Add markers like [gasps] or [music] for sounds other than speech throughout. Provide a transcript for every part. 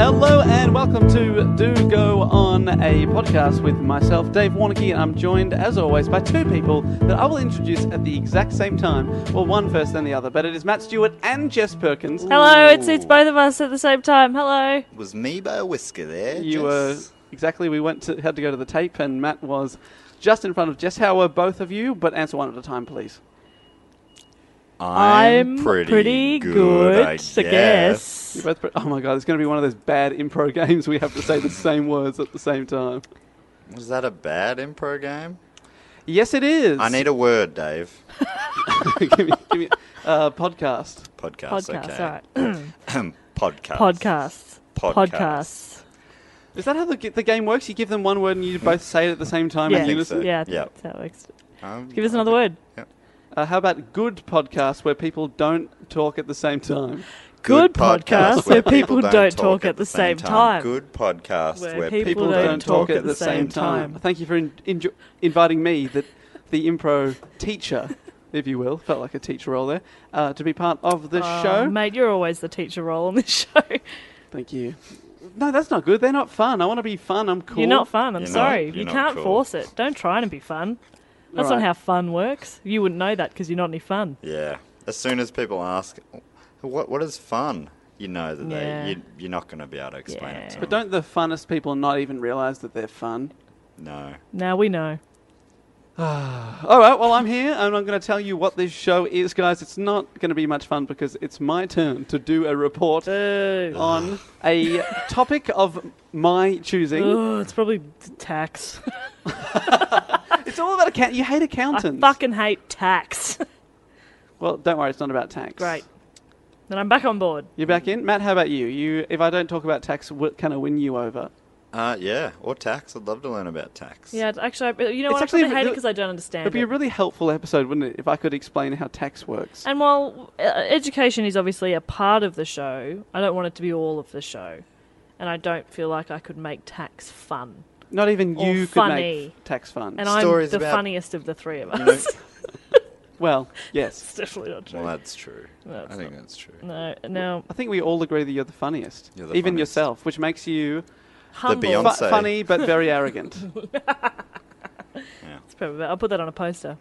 Hello and welcome to Do Go On, a podcast with myself, Dave Warnicky, and I'm joined, as always, by two people that I will introduce at the exact same time. Well, one first, then the other. But it is Matt Stewart and Jess Perkins. Hello, it's it's both of us at the same time. Hello. Was me by a whisker there? You were exactly. We went to, had to go to the tape, and Matt was just in front of Jess. How were both of you? But answer one at a time, please. I'm, pretty, good, I guess. You both. Pre- oh my god, it's going to be one of those bad impro [laughs] games. We have to say the same words at the same time. Was that a bad improv game? Yes, it is. I need a word, Dave. [laughs] give me, give me, uh, podcast. Podcast, Podcast. okay. All right. Podcast. [clears throat] Podcasts. Podcast. Podcasts. Is that how the, the game works? You give them one word and you both say it at the same time Yeah. in unison? so. Yeah, I think Yeah. that's how it works. Um, Give us another word. Uh, how about good podcast where people don't talk at the same time? Good podcast where people don't talk at the same time. Good podcast Where where, people people, don't don't talk at the same time. Thank you for in, injo- inviting me, the, the improv teacher, if you will, felt like a teacher role there, uh, to be part of the Um, Oh, show. mate, you're always the teacher role on this [laughs] show. Thank you. No, that's not good. They're not fun. I want to be fun. I'm cool. You're not fun. I'm You're not- sorry. you're you not can't cool. force it. Don't try and be fun. That's Alright. not how fun works. You wouldn't know that because you're not any fun. Yeah. As soon as people ask, what what is fun? You know that Yeah. they you, you're not going to be able to explain it to Yeah. them. But don't the funnest people not even realise that they're fun? no. Now we know. All right, well, I'm here and I'm going to tell you what this show is, guys. It's not going to be much fun because it's my turn to do a report Boo. on [sighs] a topic of my choosing. Ugh, it's probably t- tax. It's all about account. You hate I accountants. fucking hate tax. [laughs] Well, don't worry, it's not about tax. Great. Then I'm back on board. You're back in, Matt. How about you? You, if I don't talk about tax, what can I win you over? Uh, yeah. Or tax. I'd love to learn about tax. Yeah, actually, I- you know It's what? actually I re- probably hate it the- because I don't understand. It'd be it. a really helpful episode, wouldn't it, if I could explain how tax works? And while uh, education is obviously a part of the show, I don't want it to be all of the show. And I don't feel like I could make tax fun. Not even Or you could funny. make tax fun. And Stories I'm the about- funniest of the three of us. [laughs] You know, well, yes. it's definitely not [laughs] true. well, that's true. That's I think that's true. [laughs] No, no, I think we all agree that you're the funniest, You're the even funniest. yourself, which makes you humble. fu- Beyonce. funny but [laughs] very arrogant. It's probably- I'll put that on a poster.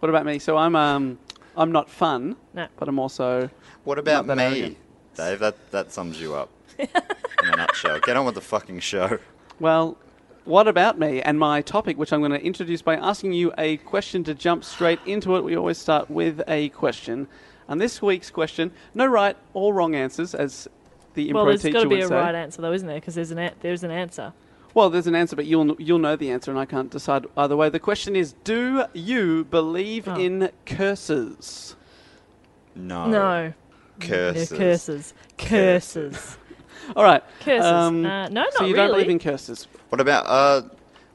What about me? So I'm um, I'm not fun, No. but I'm also What about Not me, that arrogant. Dave? That that sums you [laughs] up in a nutshell. Get on with the fucking show. Well, what about me and my topic, which I'm going to introduce by asking you a question to jump straight into it? We always start with a question. And this week's question no right or wrong answers, as the impro Well, there's teacher got to be would a say. right answer, though, isn't there? Because there's an a- there's an answer. Well, there's an answer, but you'll, you'll know the answer, and I can't decide either way. The question is Do you believe Oh. in curses? No. No, Oh, Curses. Curses. Curses. All right. Curses. um, Uh, no, So not you don't really. believe in curses? What about? Uh,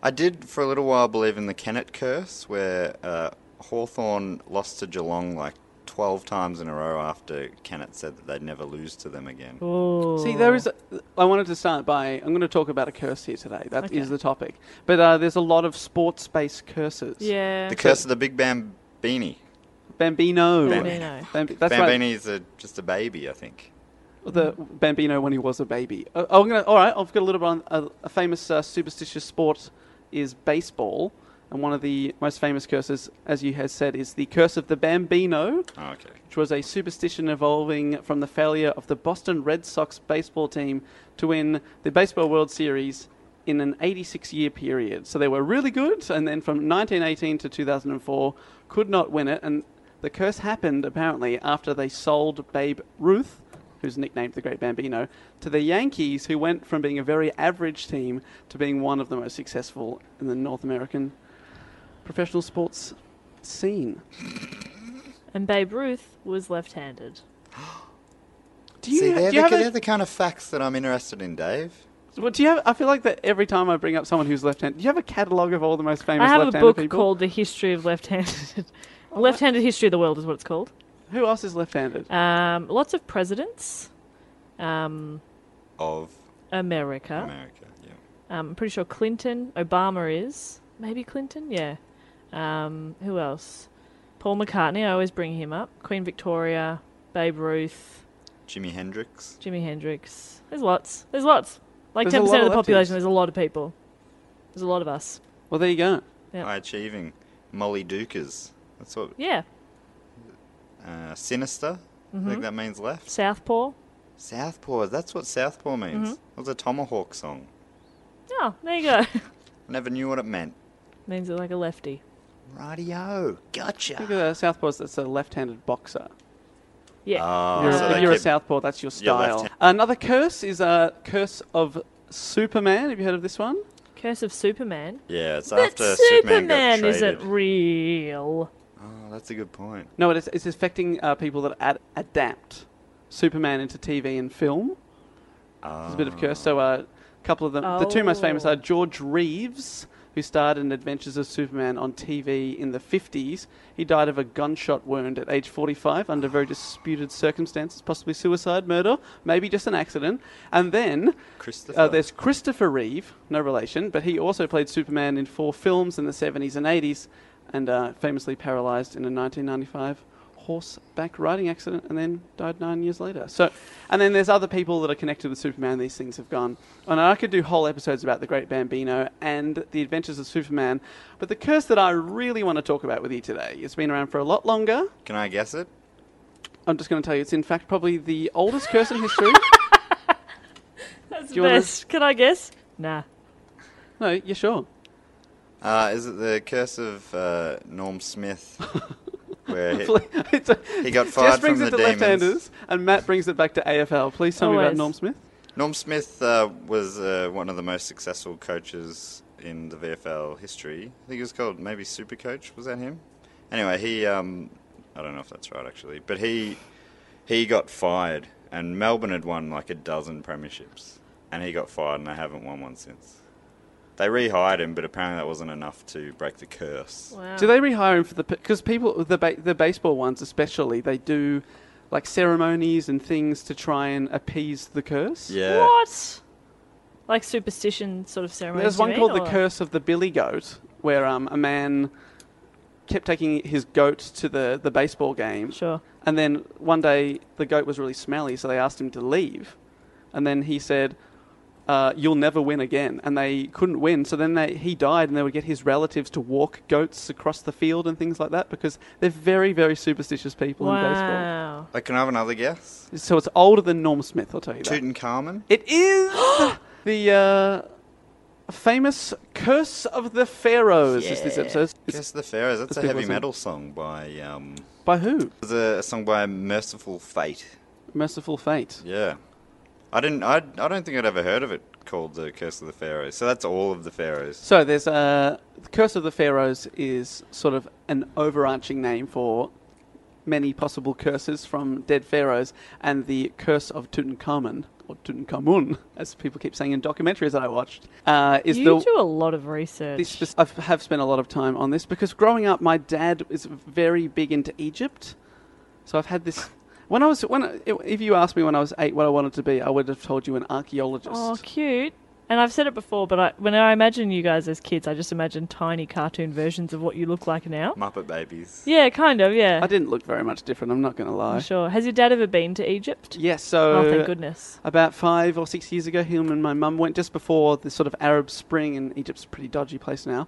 I did for a little while believe in the Kennett curse, where uh, Hawthorne lost to Geelong like twelve times in a row after Kennett said that they'd never lose to them again. See, there is. A, I wanted to start by. I'm going to talk about a curse here today. That is the topic. But uh, there's a lot of sports-based curses. Yeah. The curse of the big Bambini. Bambino. Bambino. Bambi- that's right. Bambini is a, just a baby, I think. the Bambino when he was a baby. Uh, I'm gonna, all right, I've got a little bit on a, a famous uh, superstitious sport is baseball, and one of the most famous curses, as you has said, is the curse of the Bambino, Oh, okay. which was a superstition evolving from the failure of the Boston Red Sox baseball team to win the Baseball World Series in an 86 year period. So they were really good, and then from 1918 to 2004, could not win it. And the curse happened apparently after they sold Babe Ruth, who's nicknamed the Great Bambino, to the Yankees, who went from being a very average team to being one of the most successful in the North American professional sports scene. And Babe Ruth was left-handed. Do you, See, do you they're, the, have a- they're the kind of facts that I'm interested in, Dave. Well, do you have? I feel like that every time I bring up someone who's left-handed. Do you have a catalogue of all the most famous I have a left-handed book people? called The History of Left-handed. [laughs] left-handed History of the World is what it's called. Who else is left-handed? Um, lots of presidents. Um, Of America. America, yeah. Um, I'm pretty sure Clinton. Obama is. Maybe Clinton? Yeah. Um, who else? Paul McCartney. I always bring him up. Queen Victoria. Babe Ruth. Jimi Hendrix. Jimi Hendrix. There's lots. There's lots. Like There's a ten lot percent of of the population. lefties. There's a lot of people. There's a lot of us. well, there you go. Yep. High achieving. Molly Dukers. That's what. Yeah. Uh, sinister. I Mm-hmm. think that means left. Southpaw. Southpaw. That's what Southpaw means. Mm-hmm. It was a Tomahawk song. Oh, there you go. [laughs] I never knew what it meant. Means they're like a lefty. Radio. Look Gotcha. at the southpaws. That's a left-handed boxer. Yeah. Oh, you're, so a, they if you're a kept- southpaw. That's your You're style. left-handed. Another curse is a curse of Superman. Have you heard of this one? Curse of Superman. Yeah, it's But after Superman Superman got isn't traded. real. oh, that's a good point. No, it's, it's affecting uh, people that ad- adapt Superman into TV and film. There's a bit of curse. So uh, a couple of them. The two most famous Oh. are George Reeves, who starred in Adventures of Superman on TV in the 50s. He died of a gunshot wound at age 45 under very disputed circumstances, possibly suicide, murder, maybe just an accident. And then uh, Christopher. there's Christopher Reeve, no relation, but he also played Superman in four films in the 70s and 80s and uh, famously paralyzed in a 1995 horseback riding accident and then died nine years later. So, and then there's other people that are connected with Superman. These things have gone on. I could do whole episodes about the Great Bambino and the adventures of Superman, but the curse that I really want to talk about with you today, it's been around for a lot longer. Can I guess it? I'm just going to tell you, it's in fact probably the oldest curse in history. [laughs] That's you wanna- best. Can I guess? Nah. no, you're sure. Uh, is it the curse of uh, Norm [laughs] Smith? where he, It's a- he got Jess fired from brings the it to demons. left-handers, and Matt brings it back to AFL. Please tell me about Always. Norm Smith. Norm Smith uh, was uh, one of the most successful coaches in the VFL history. I think he was called maybe Super Coach. Was that him? Anyway, he um, I don't know if that's right actually, but he he got fired, and Melbourne had won like a dozen premierships, and he got fired, and they haven't won one since. They rehired him, but apparently that wasn't enough to break the curse. Wow. Do they rehire him for the because people the ba- the baseball ones especially they do like ceremonies and things to try and appease the curse. Yeah. What? Like superstition sort of ceremony. There's one called the Curse of the Billy Goat, where um, a man kept taking his goat to the, the baseball game. Sure. And then one day the goat was really smelly, so they asked him to leave. And then he said, uh, "You'll never win again." And they couldn't win, so then they, he died, and they would get his relatives to walk goats across the field and things like that because they're very, very superstitious people in baseball. Wow. Uh, can I have another guess? So it's older than Norm Smith, I'll tell you that. Tutankhamun. It is the uh, famous Curse of the Pharaohs. Is this episode? It's Curse of the Pharaohs. That's It's a big, heavy wasn't it? metal song by um. by who? It was a, a song by Merciful Fate. Merciful Fate. Yeah, I didn't. I, I don't think I'd ever heard of it called the Curse of the Pharaohs. So that's all of the Pharaohs. So there's uh, the Curse of the Pharaohs is sort of an overarching name for many possible curses from dead pharaohs and the curse of Tutankhamun, or Tutankhamun, as people keep saying in documentaries that I watched, uh, is you the do a lot of research. this spec- I have spent a lot of time on this because growing up, my dad is very big into Egypt, so I've had this. When I was when I, if you asked me when I was eight what I wanted to be, I would have told you an archaeologist. oh, cute. And I've said it before, but I, when I imagine you guys as kids, I just imagine tiny cartoon versions of what you look like now. Muppet Babies. Yeah, kind of. Yeah, I didn't look very much different. I'm not going to lie. I'm sure. Has your dad ever been to Egypt? Yes, so oh, thank goodness. about five or six years ago, him and my mum went just before the sort of Arab Spring, and Egypt's a pretty dodgy place now.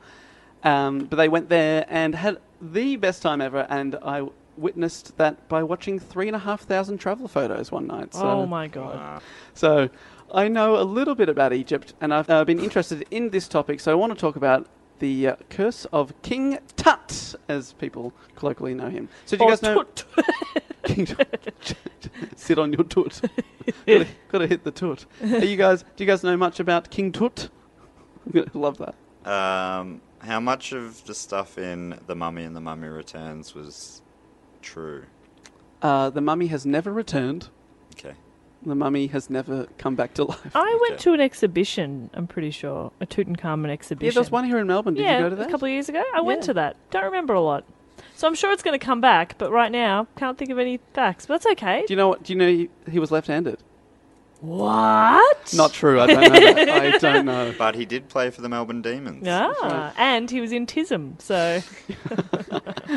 Um, but they went there and had the best time ever, and I witnessed that by watching three and a half thousand travel photos one night. So, oh my god. So I know a little bit about Egypt, and I've uh, been interested in this topic, so I want to talk about. The uh, curse of King Tut, as people colloquially know him. So, do you Or guys know? tut. [laughs] King Tut. Sit on your toot. gotta, gotta hit the toot. Are you guys? Do you guys know much about King Tut? [laughs] Love that. Um, how much of the stuff in The Mummy and The Mummy Returns was true? Uh, the mummy has never returned. Okay. The mummy has never come back to life. I went to an exhibition. I'm pretty sure a Tutankhamun exhibition. Yeah, there was one here in Melbourne. Did yeah, you go to that? a couple of years ago. I went Yeah. to that. Don't remember a lot. So I'm sure it's going to come back, but right now can't think of any facts. But that's okay. do you know what? Do you know he, he was left-handed? what? Not true. I don't know. that. I [laughs] don't know. But he did play for the Melbourne Demons. [laughs] Ah, and he was in TISM. So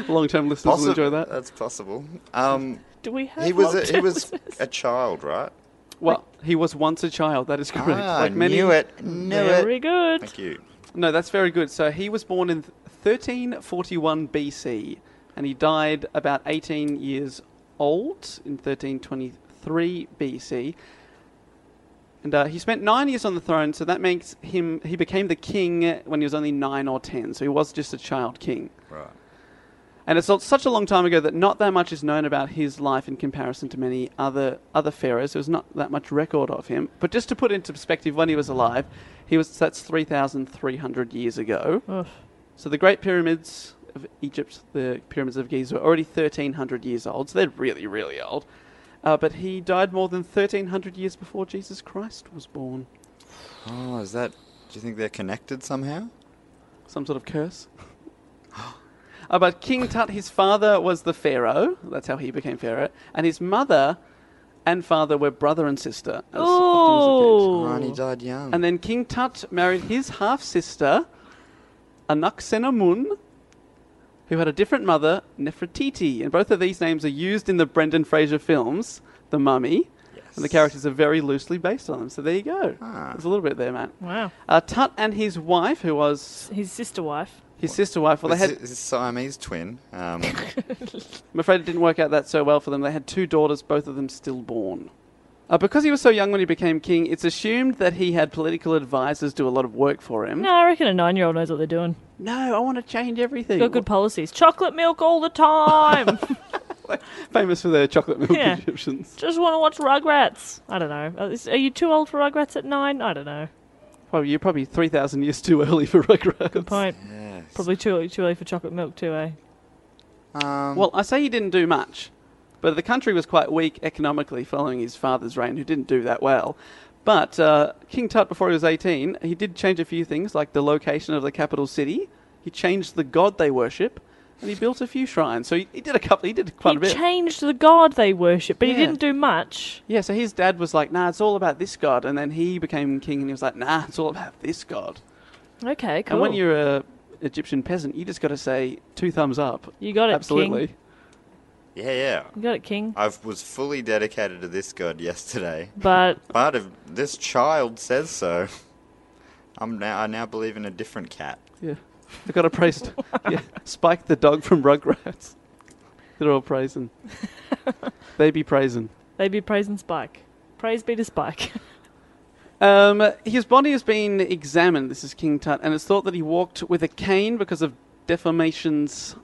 Long-term listeners Possi- will enjoy that. That's possible. Um, do we have? he was a, he long-term was listeners? a child, right? [laughs] Well, he was once a child. That is correct. Ah, like many, knew it. Knew very it. good. Thank you. No, that's very good. So he was born in 1341 BC, and he died about 18 years old in 1323 BC. And uh, he spent nine years on the throne, so that makes him he became the king when he was only nine or ten. So he was just a child king. Right. And it's not- such a long time ago that not that much is known about his life in comparison to many other other pharaohs. There's not that much record of him. But just to put into perspective, when he was alive, he was that's three thousand three hundred years ago. Oof. So the Great Pyramids of Egypt, the pyramids of Giza, were already thirteen hundred years old. So they're really, really old. Uh, but he died more than thirteen hundred years before Jesus Christ was born. Oh, is that? Do you think they're connected somehow? some sort of curse. [gasps] Uh, but King Tut, his father was the pharaoh. That's how he became pharaoh, and his mother and father were brother and sister. as often was the case. Oh, Rani died young. And then King Tut married his half sister, Anaxenamun, who had a different mother, Nefertiti, and both of these names are used in the Brendan Fraser films, The Mummy, and the characters are very loosely based on them. So there you go. There's a little bit there, man. wow. Uh, Tut and his wife, who was His sister wife. his sister wife, well, they Is had it- is Siamese twin. [laughs] Um, I'm afraid it didn't work out that so well for them. They had two daughters, both of them stillborn. Uh, because he was so young when he became king, it's assumed that he had political advisors do a lot of work for him. No, I reckon a nine-year-old knows what they're doing. No, I want to change everything. Got good policies. Chocolate milk all [laughs] the time. Famous for their chocolate milk Yeah. Egyptians. Just want to watch Rugrats. I don't know. Is- Are you too old for Rugrats at nine? I don't know. Well, you're probably 3,000 years too early for [laughs] Rugrats. Good point. yes. Probably too too early for chocolate milk too, eh? Um, Well, I say he didn't do much, but the country was quite weak economically following his father's reign, who didn't do that well. But uh, King Tut, before he was 18, he did change a few things, like the location of the capital city. He changed the god they worship, and he built a few shrines. So he, he did a couple. He did quite he a bit. changed the god they worship, but he Yeah. didn't do much. yeah. So his dad was like, "Nah, it's all about this god," and then he became king, and he was like, "Nah, it's all about this god." Okay, cool. And when you're a Egyptian peasant, you just got to say two thumbs up. You got it, Absolutely. King. yeah, yeah. You got it, King. I was fully dedicated to this god yesterday, But but if this child says so, I'm now I now believe in a different cat. Yeah. They got a praise. [laughs] yeah. Spike the dog from Rugrats. They're all [laughs] praising. they be praising. they be praising Spike. Praise be to Spike. Um, his body has been examined. This is King Tut, and it's thought that he walked with a cane because of deformations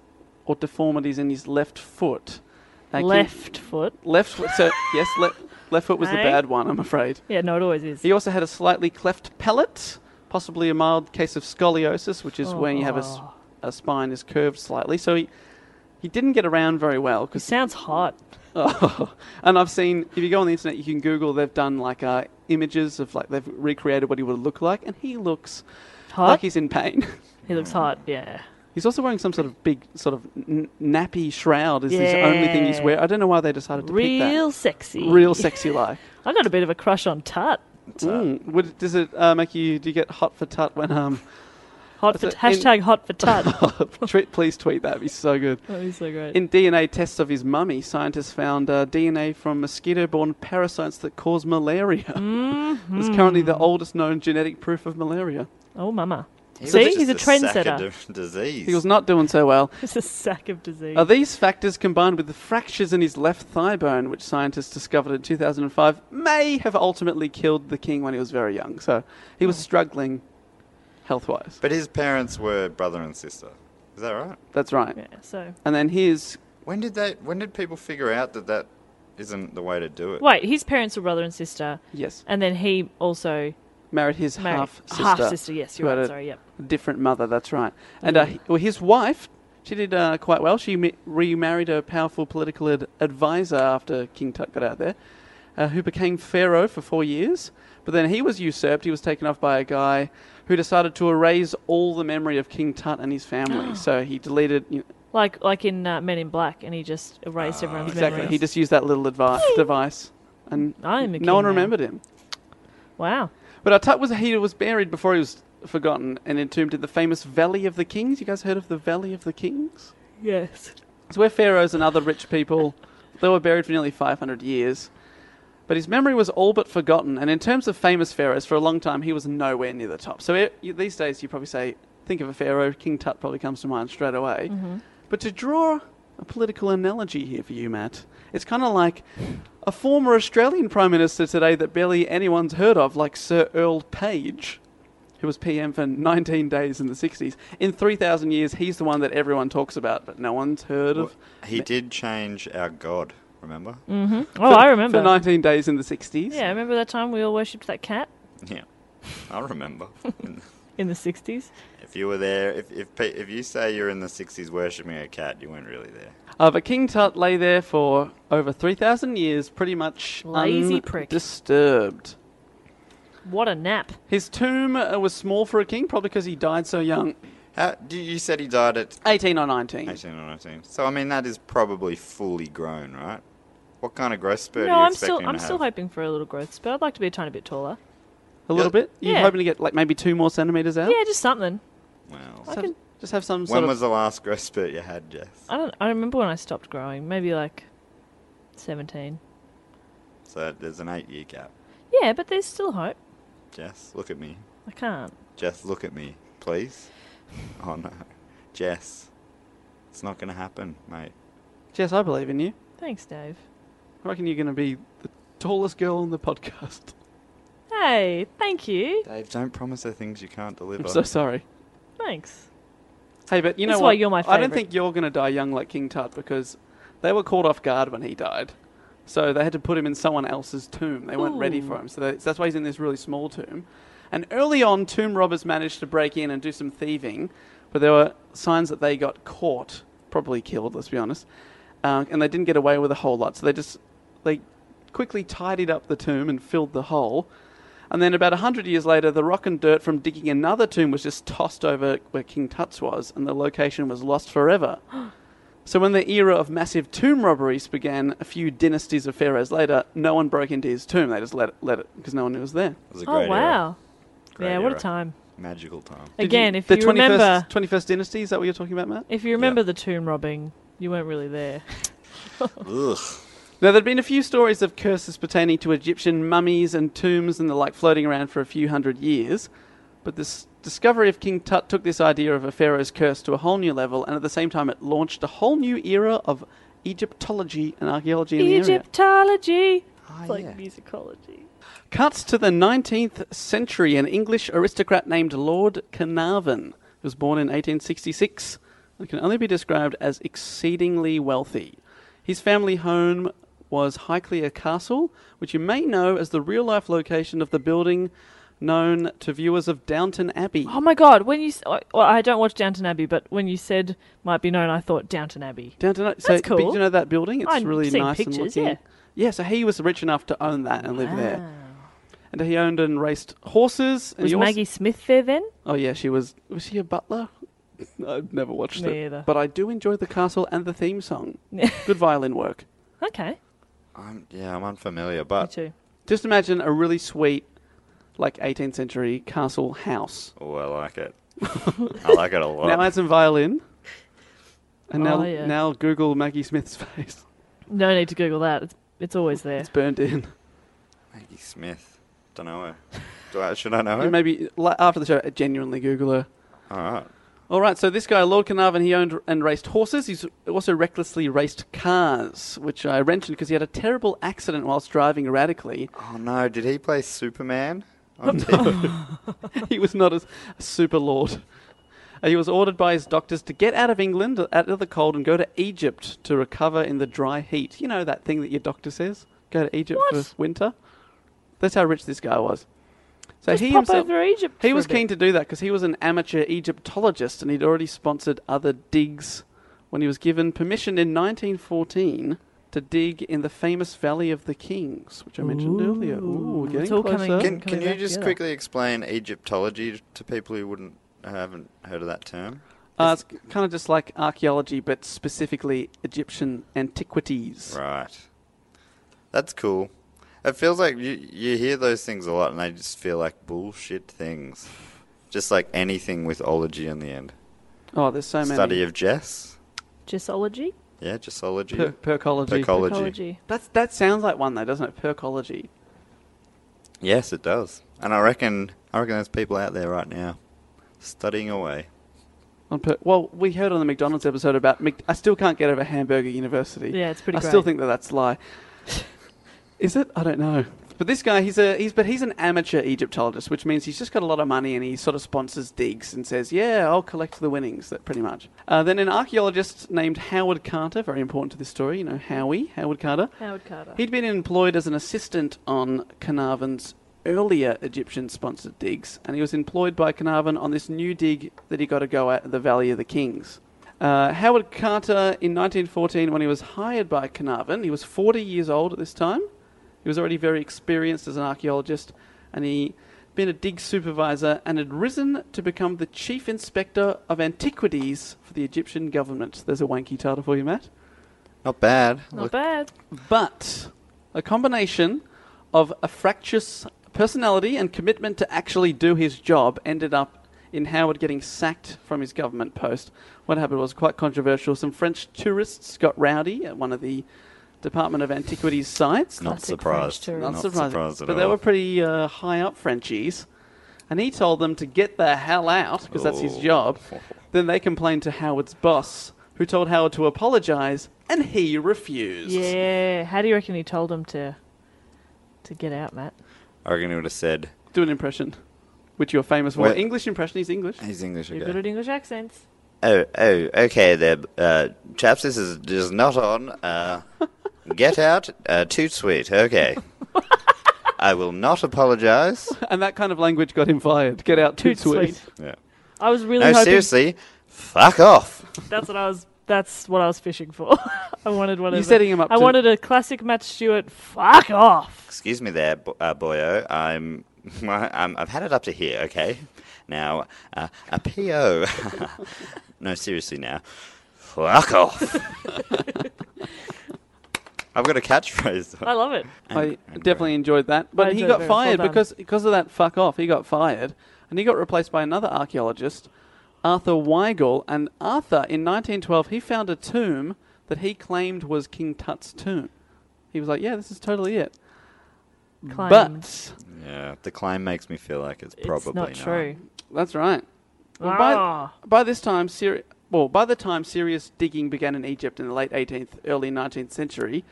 or deformities in his left foot. Uh, King- Left foot. left foot. So yes, le- left foot was the Hey. bad one. I'm afraid. Yeah, no, it always is. He also had a slightly cleft palate, possibly a mild case of scoliosis, which is when you have a, s- Oh. a spine is curved slightly. So he, He didn't get around very well It because sounds hot. Oh, [laughs] and I've seen if you go on the internet, you can Google. They've done like uh, images of like they've recreated what he would look like, and he looks Hot? like he's in pain. He looks hot, yeah. he's also wearing some sort of big sort of n- nappy shroud. Is the only thing he's Yeah. wearing? I don't know why they decided to Real pick sexy. that. Real sexy like. I've got a bit of a crush on Tut. Mm. Would, does it uh, make you? Do you get hot for tut when um? Hot for, That's it. In- hashtag hot [laughs] for Tut. tweet, please tweet that. It'd be so good. that is so great. In DNA tests of his mummy, scientists found uh, DNA from mosquito-born parasites that cause malaria. [laughs] Mm-hmm. It's currently the oldest known genetic proof of malaria. oh, mama. [laughs] He See, was he's a just sack of trendsetter. d- disease. He was not doing so well. It's a sack of disease. Are these factors combined with the fractures in his left thigh bone, which scientists discovered in 2005, may have ultimately killed the king when he was very young? So he Oh. was struggling health-wise. But his parents were brother and sister. Is that right? That's right. yeah, so And then his When did they? When did people figure out that that isn't the way to do it? wait, his parents were brother and sister, yes and then he also married his married half sister. half-sister, Yes, who you're had right. a Sorry, yep. Different mother. That's right. And uh, he- well, his wife. She did uh, quite well. She mi- remarried a powerful political ad- advisor after King Tut got out there, uh, who became pharaoh for four years. But then he was usurped. He was taken off by a guy who decided to erase all the memory of King Tut and his family. so he deleted. You know, Like like in uh, Men in Black, and he just erased Ah, everyone's exactly. memories. He just used that little advi- device, and I am a no one king now. remembered him. Wow. But our Tut was he was buried before he was forgotten and entombed in the famous Valley of the Kings. You guys heard of the Valley of the Kings? Yes. It's where pharaohs and other rich people they were buried for nearly 500 years. But his memory was all but forgotten, and in terms of famous pharaohs, for a long time he was nowhere near the top. So it, you, these days you probably say, think of a pharaoh, King Tut probably comes to mind straight away. But to draw a political analogy here for you, Matt, it's kind of like a former Australian Prime Minister today that barely anyone's heard of, like Sir Earl Page, who was PM for 19 days in the 60s. In 3,000 years, he's the one that everyone talks about, but no one's heard of. He did change our god. Remember? Oh, I remember. For 19 days in the 60s. yeah, remember that time we all worshipped that cat Yeah, I remember. in the '60s? if you were there, if if pe- if you say you're in the '60s worshipping a cat, you weren't really there. Uh, but King Tut lay there for over 3,000 years, pretty much Lazy prick. disturbed. What a nap! His tomb uh, was small for a king, probably because he died so young. How, do you said he died at 18 or 19. 18 or 19? So I mean, that is probably fully grown, right? What kind of growth spurt no, are you I'm expecting still him I'm to still have? hoping for a little growth spurt. I'd like to be a tiny bit taller. A little bit? You're Yeah. hoping to get like maybe two more centimetres out? Yeah, just something. Wow. Just have, just have some sort When of... was the last growth spurt you had, Jess? I don't. I remember when I stopped growing. Maybe like seventeen. So there's an eight-year gap. Yeah, but there's still hope. Jess, look at me. I can't. Jess, look at me, please. Oh no, Jess, it's not going to happen, mate. Jess, I believe in you. Thanks, Dave. I reckon you're going to be the tallest girl on the podcast. Hey, thank you. Dave, don't promise her things you can't deliver. I'm so sorry. Thanks. Hey, but you That's know why what? you're my I don't favourite. think you're going to die young like King Tut because they were caught off guard when he died. So they had to put him in someone else's tomb. They weren't ready for him. So that's- that's why he's in this really small tomb. And early on, tomb robbers managed to break in and do some thieving, but there were signs that they got caught, probably killed, let's be honest. Uh, and they didn't get away with a whole lot. So they just they quickly tidied up the tomb and filled the hole. And then about 100 years later, the rock and dirt from digging another tomb was just tossed over where King Tut's was, and the location was lost forever. so when the era of massive tomb robberies began a few dynasties of pharaohs later, no one broke into his tomb. They just let it, let it because no one knew it was there. It was a Oh great era. wow. Great yeah, what a era. time. Magical time. Did Again, if the you remember, 21st dynasty, is that what you're talking about, Matt? if you remember the tomb robbing, you weren't really there. Ugh. Now, there'd been a few stories of curses pertaining to Egyptian mummies and tombs and the like floating around for a few hundred years, but this discovery of King Tut took this idea of a pharaoh's curse to a whole new level, and at the same time, it launched a whole new era of Egyptology and archaeology in the area. Egyptology. Ah, it's like yeah. musicology. Cuts to the 19th century, an English aristocrat named Lord Carnarvon, who was born in 1866 and can only be described as exceedingly wealthy. His family home was Highclere Castle, which you may know as the real life location of the building known to viewers of Downton Abbey. Oh my god, when you s- well, I don't watch Downton Abbey, but when you said might be known, I thought Downton Abbey. Downton Abbey. So, That's but cool. you know that building? It's I've really seen nice and pictures, looking. yeah. Ah. Yeah, so he was rich enough to own that and live there. And he owned and raced horses. and Was he also- Maggie Smith there then? Oh yeah, she was. Was she a butler? [laughs] I've never watched Me it, either. but I do enjoy the castle and the theme song. [laughs] Good violin work. Okay, I'm, yeah, I'm unfamiliar, Uh, me but too. Just imagine a really sweet, like 18th century castle house. oh, I like it. I like it a lot. Now add some violin, and now Oh, yeah. now Google Maggie Smith's [laughs] face. No need to Google that. It's, it's always there. It's burned in. Maggie Smith. Don't know her. Do I, should I know And her? Maybe li- after the show, uh, genuinely Google her. All right. All right, so this guy Lord Carnarvon, he owned and raced horses. He's also recklessly raced cars, which I mentioned because he had a terrible accident whilst driving erratically. Oh no, did he play Superman? on TV? [laughs] he was not a, a super lord. Uh, He was ordered by his doctors to get out of England, out of the cold, and go to Egypt to recover in the dry heat. You know that thing that your doctor says? Go to Egypt for winter. That's how rich this guy was. So Just he pop himself, over Egypt. he for a was keen bit. to do that because he was an amateur Egyptologist and he'd already sponsored other digs when he was given permission in 1914 to dig in the famous Valley of the Kings, which I mentioned earlier. Ooh, It's getting all closer. coming- Coming can can you back just together. quickly explain Egyptology to people who wouldn't haven't heard of that term? Uh, it's kind of just like archaeology, but specifically Egyptian antiquities. Right. That's cool. It feels like you you hear those things a lot, and they just feel like bullshit things. Just like anything with ology on the end. Oh, there's so many. Study of Jess. Gisology? Yeah, Jessology. Per- percology. Percology. Ecology. That's, that sounds like one, though, doesn't it? Percology. Yes, it does. And I reckon I reckon there's people out there right now studying away. On per- well, we heard on the McDonald's episode about. Mc- I still can't get over Hamburger University. Yeah, it's pretty I great. still think that that's a lie. Is it? I don't know. But this guy, he's a he's but he's an amateur Egyptologist, which means he's just got a lot of money and he sort of sponsors digs and says, "Yeah, I'll collect the winnings." That pretty much. Uh, then an archaeologist named Howard Carter, very important to this story, you know, Howie Howard Carter. Howard Carter. He'd been employed as an assistant on Carnarvon's earlier Egyptian sponsored digs, and he was employed by Carnarvon on this new dig that he got to go at the Valley of the Kings. Uh, Howard Carter, in 1914, when he was hired by Carnarvon, he was 40 years old at this time. He was already very experienced as an archaeologist, and he'd been a dig supervisor and had risen to become the chief inspector of antiquities for the Egyptian government. There's a wanky title for you, Matt. Not bad. Not Look, bad. But a combination of a fractious personality and commitment to actually do his job ended up in Howard getting sacked from his government post. What happened was quite controversial. Some French tourists got rowdy at one of the Department of Antiquities sites. not Classic surprised. French Not Not surprised. surprising. at but all. they were pretty uh, high up Frenchies. And he told them to get the hell out because that's his Oh. [laughs] job. Then they complained to Howard's boss, who told Howard to apologize, and he refused. Yeah. How do you reckon he told him to to get out, Matt? I reckon he would have said Do an impression, which you're famous for. Wait. English impression. He's English. he's English You're good again. at English accents. Oh, oh, okay there, uh, chaps. This is just not on. Uh, get out. Uh, too [laughs] sweet. Okay. I will not apologise. And that kind of language got him fired. Get out, toot Toot sweet. sweet. Yeah. I was really No, hoping seriously. Fuck off. that's what I was that's what I was fishing for. [laughs] I wanted one You're of the- setting him up I to- wanted a classic Matt Stewart fuck off. Excuse me there, bo- uh, boyo. I'm, [laughs] I'm, I've had it up to here, okay? Now, uh, a PO. [laughs] no, seriously now. Fuck off. [laughs] I've got a catchphrase. [laughs] I love it. I And- definitely enjoyed that. But I he enjoyed got it. Well fired done. because because of that fuck off. He got fired, and he got replaced by another archaeologist, Arthur Weigel. And Arthur, in 1912, he found a tomb that he claimed was King Tut's tomb. He was like, "Yeah, this is totally it." Claimed. But Yeah, the claim makes me feel like it's it's probably not true. that's right. Well, Ah. by, by this time, seri- well, by the time serious digging began in Egypt in the late 18th, early 19th century,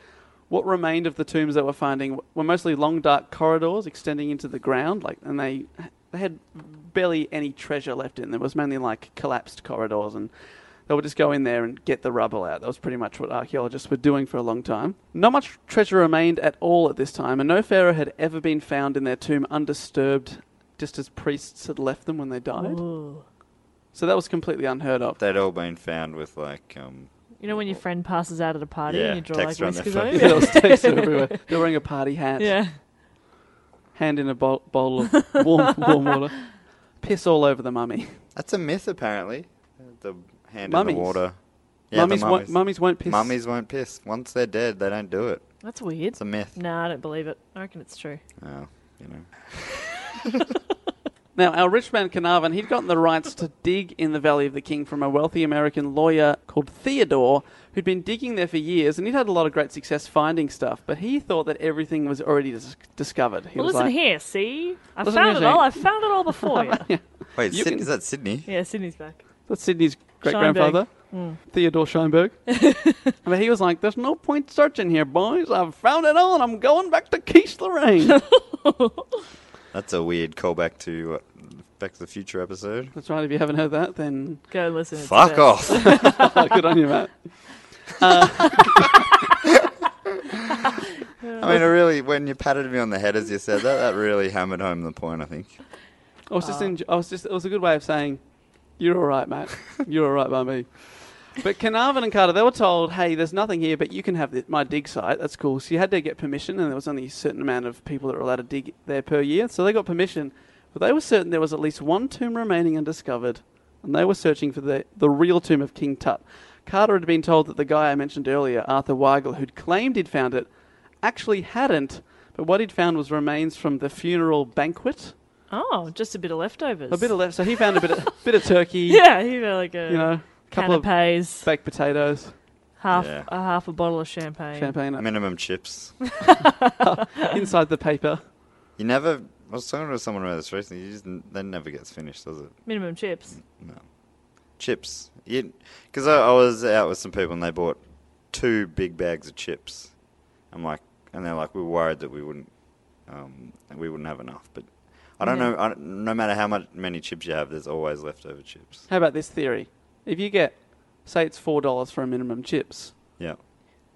what remained of the tombs that were finding were mostly long, dark corridors extending into the ground, like, and they they had barely any treasure left in them. It was mainly like collapsed corridors, and they would just go in there and get the rubble out. That was pretty much what archaeologists were doing for a long time. Not much treasure remained at all at this time, and no pharaoh had ever been found in their tomb undisturbed just as priests had left them when they died. Ooh. So that was completely unheard of. They'd all been found with like um, You know when your friend passes out at a party Yeah, and you draw like text her on their whiskers phone. over? [laughs] [laughs] there was text everywhere. They're wearing a party hat. yeah. Hand in a bowl, bowl [laughs] of warm, warm water. Piss all over the mummy. That's a myth, apparently. The hand Mummies. in the water. the mummies, won't, mummies won't piss. Mummies won't piss. Once they're dead, they don't do it. That's weird. It's a myth. Nah, I don't believe it. I reckon it's true. Oh, you know. Now, our rich man Carnarvon, he'd gotten the rights to dig in the Valley of the King from a wealthy American lawyer called Theodore, who'd been digging there for years, and he'd had a lot of great success finding stuff, but he thought that everything was already dis- discovered. He Well, was listen like, here, see? I Listen found here, it all. Jane. I found it all before [laughs] you. Wait, You Syd- can- is that Sydney? Yeah, Sydney's back. That's Sydney's great grandfather, Mm. Theodore [laughs] Scheinberg. but he was like, There's no point searching here, boys. I've found it all, and I'm going back to Keith [laughs] Lorraine. That's a weird callback to uh, Back to the Future episode. That's right, if you haven't heard that, then [laughs] Go listen. It's uh, Fuck the off! good on you, Matt. I mean, it really, when you patted me on the head as you said that, that really hammered home the point, I think. I was just, enj- I was just, it was a good way of saying, you're all right, Matt. You're all right by me. But Carnarvon and Carter, they were told, hey, there's nothing here, but you can have the, my dig site. That's cool. So you had to get permission, and there was only a certain amount of people that were allowed to dig there per year. So they got permission, but they were certain there was at least one tomb remaining undiscovered, and they were searching for the, the real tomb of King Tut. Carter had been told that the guy I mentioned earlier, Arthur Weigel, who'd claimed he'd found it, actually hadn't, but what he'd found was remains from the funeral banquet. best. Oh, just a bit of leftovers. A bit of left. So he found a bit of, bit of turkey. [laughs] Yeah, you know, like a You know, a couple couple of canapes, baked potatoes, half Yeah. a half a bottle of champagne. champagne uh, Minimum chips. inside the paper. You never. I was talking to someone about this recently. You just, n- that never gets finished, does it? Minimum chips. Chips. Because I, I was out with some people and they bought two big bags of chips. I'm like, and they're like, we were worried that we wouldn't, um, we wouldn't have enough. But I don't know. I, don't- no matter how much many chips you have, there's always leftover chips. How about this theory? If you get, say, it's four dollars for a minimum chips, Yeah.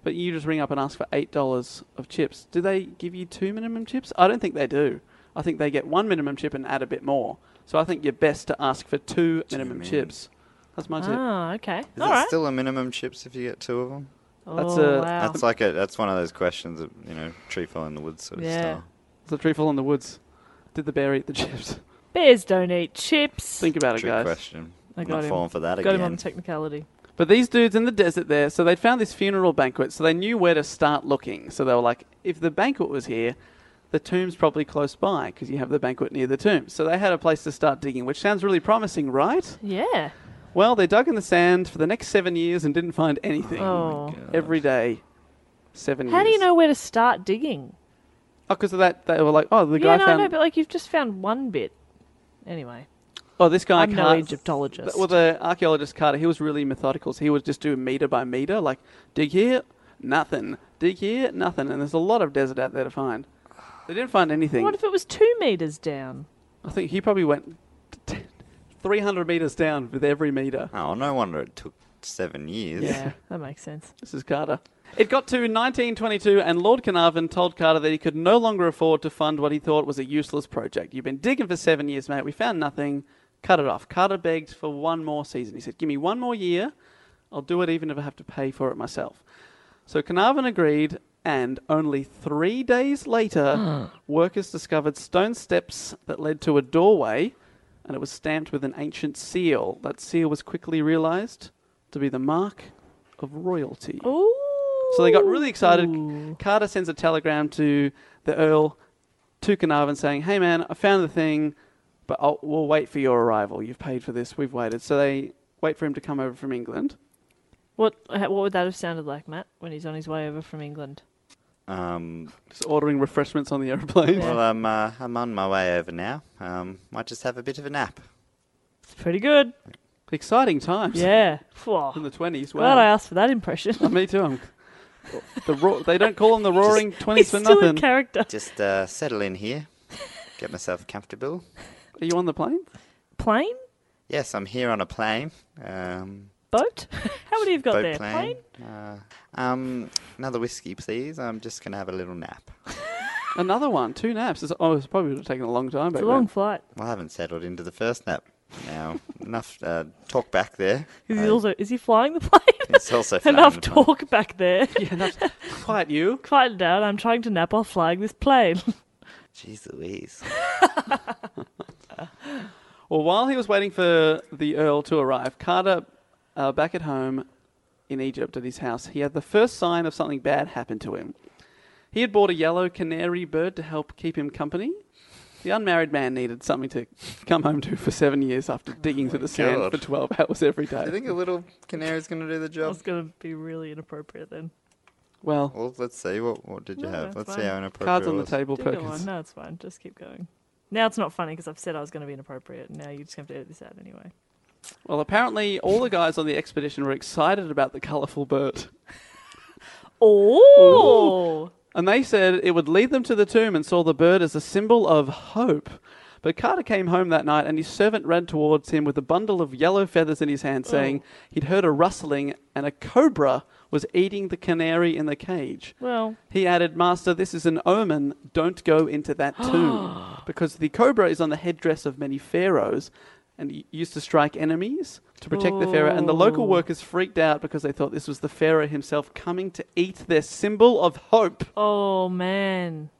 but you just ring up and ask for eight dollars of chips, do they give you two minimum chips? I don't think they do. I think they get one minimum chip and add a bit more. So I think you're best to ask for two, minimum min. chips. That's my tip. Ah, okay. Is All it right. still a minimum chips if you get two of them? That's oh, a- wow. That's like a. That's one of those questions that you know, tree fell in the woods sort of Yeah. style. It's the tree fall in the woods. Did the bear eat the chips? Bears don't eat chips. think about it, Trick guys. question. I I'm got not him. falling for that Got again. him on technicality. But these dudes in the desert there, so they'd found this funeral banquet, so they knew where to start looking. So they were like, if the banquet was here, the tomb's probably close by because you have the banquet near the tomb. So they had a place to start digging, which sounds really promising, right? Yeah. Well, they dug in the sand for the next seven years and didn't find anything. Oh. Every day, seven years. How do you know where to start digging? Oh, because of that, they were like, oh, the yeah, guy no, found. no, but like you've just found one bit. Anyway, oh, this guy I'm no can't- Egyptologist. Well, the archaeologist Carter, he was really methodical. So he would just do meter by meter, like dig here, nothing, dig here, nothing. And there's a lot of desert out there to find. They didn't find anything. what if it was two [laughs] meters down? I think he probably went [laughs] t- 300 meters down with every meter. Oh, no wonder it took seven years. Yeah, that makes sense. This is Carter. It got to 1922, and Lord Carnarvon told Carter that he could no longer afford to fund what he thought was a useless project. You've been digging for seven years, mate. We found nothing. Cut it off. Carter begged for one more season. He said, Give me one more year. I'll do it even if I have to pay for it myself. So Carnarvon agreed, and only three days later, workers discovered stone steps that led to a doorway, and it was stamped with an ancient seal. That seal was quickly realized to be the mark of royalty. Ooh. So they got really excited. Carter sends a telegram to the Earl, to Carnarvon, saying, "Hey man, I found the thing, but I'll, we'll wait for your arrival. You've paid for this. We've waited." So they wait for him to come over from England. What ha- what would that have sounded like, Matt, when he's on his way over from England? Um, Just ordering refreshments on the airplane. well, I'm, uh, I'm on my way over now. Um, might just have a bit of a nap. It's [laughs] pretty good. Exciting times. Yeah. In Wow. the twenties. Glad I Wow. asked for that impression. [laughs] [laughs] Me too. I'm, the ro- they don't call them the Roaring Twenties He's for still in nothing. Are character. Just uh, settle [laughs] in here, get myself comfortable. you on the plane? Plane? Yes, I'm here on a plane. Um, Boat? How many have got boat there? plane. Uh, um, another whiskey, please. I'm just going to have a little nap. Another one, two naps. It's, oh, it's probably would have taken a long time. It's back a long then. flight. Well, I haven't settled into the first nap. [laughs] Now, enough uh, talk back there. Is he Uh, also is he flying the [laughs] plane? It's also flying Enough the plane. talk back there. [laughs] Yeah, enough. Quiet you. Quiet down. I'm trying to nap off flying this plane. [laughs] Jeez Louise. Well, while he was waiting for the Earl to arrive, Carter, uh, back at home in Egypt at his house, he had the first sign of something bad happen to him. He had bought a yellow canary bird to help keep him company. The unmarried man needed something to come home to for seven years after digging through the sand Oh God. for 12 hours every day. Do you think a little canary's going to do the job? That's gonna be really inappropriate then. well, Well, let's see. What what did you No, have? that's Let's see fine. how inappropriate. cards on it the was. table, Do go on. Perkins. No, it's fine. Just keep going. Now it's not funny because I've said I was going to be inappropriate. Now you just have to edit this out anyway. Well, apparently, all the guys on the expedition were excited about the colourful bird. Oh, And they said it would lead them to the tomb and saw the bird as a symbol of hope. But Carter came home that night and his servant ran towards him with a bundle of yellow feathers in his hand, saying he'd heard a rustling and a cobra was eating the canary in the cage. well, He added, Master, this is an omen. Don't go into [gasps] that tomb. because the cobra is on the headdress of many pharaohs and it used to strike enemies to protect the pharaoh. And the Oh. local workers freaked out because they thought this was the pharaoh himself coming to eat their symbol of hope. oh man.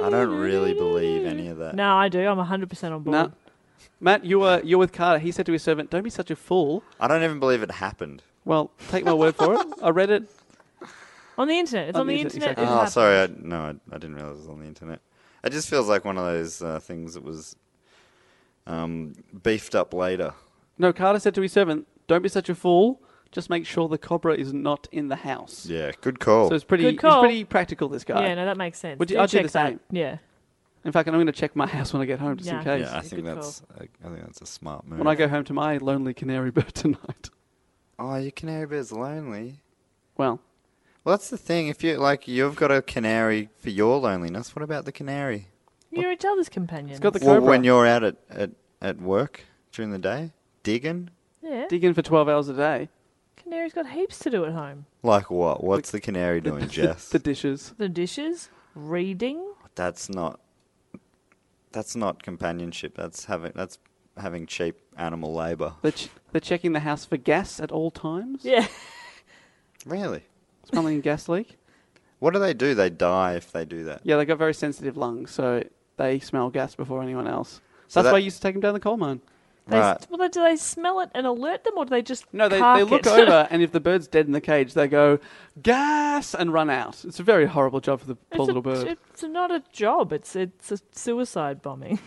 I don't really believe any of that. No, I do. I'm 100% on board. No. Matt, you were you're with Carter. He said to his servant, "Don't be such a fool." I don't even believe it happened. Well, take my word [laughs] for it. I read it. On the internet. It's on, the internet. exactly. it It oh, happened. sorry. I, no, I, I didn't realize it was on the internet. It just feels like one of those uh, things that was um, beefed up later. No, Carter said to his servant, "Don't be such a fool. Just make sure the cobra is not in the house." Yeah, good call. So it's pretty. Good It's call. pretty practical. This guy. Yeah, no, that makes sense. Would you- do I'd do check the same. that. Yeah. In fact, I'm going to check my [laughs] house when I get home, just in Yeah. case. yeah, I think good that's I, I think that's a smart move. When I go home to my lonely canary bird [laughs] tonight. oh, your canary bird's lonely. Well, Well, that's the thing. If you like, you've got a canary for your loneliness. What about the canary? You're each other's companion. it's got the Well, cobra. when you're out at, at, at work during the day, digging? yeah. digging for 12 hours a day, Canary's got heaps to do at home. Like what? What's the canary doing, Jess? the dishes. The dishes, reading. that's not that's not companionship. That's having that's having cheap animal labour. They're, ch- they're checking the house for gas at all times. Yeah. Really? Smelling a gas leak. What do they do? They die if they do that. Yeah, they got very sensitive lungs, so they smell gas before anyone else. So that's that- why you used to take them down the coal mine. They, Right. Well, do they smell it and alert them, or do they just No, they, cark they [laughs] look it? over, and if the bird's dead in the cage, they go gas and run out. It's a very horrible job for the [laughs] It's poor a- little bird. It's not a job. It's it's a suicide bombing.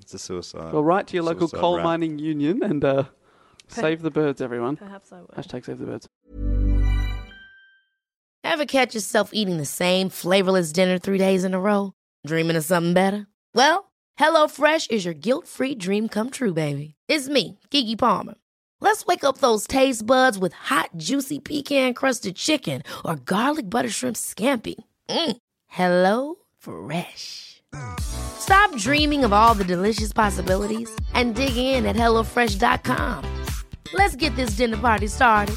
It's a suicide. Well, write to your local Suicide coal rat. mining union and uh, save the birds, everyone. Perhaps I would. Hashtag save the birds. Ever catch yourself eating the same flavorless dinner three days in a row? Dreaming of something better? Well, HelloFresh is your guilt free dream come true, baby. It's me, Gigi Palmer. Let's wake up those taste buds with hot, juicy pecan crusted chicken or garlic butter shrimp scampi. Mm. Hello Fresh. Stop dreaming of all the delicious possibilities and dig in at HelloFresh.com. Let's get this dinner party started.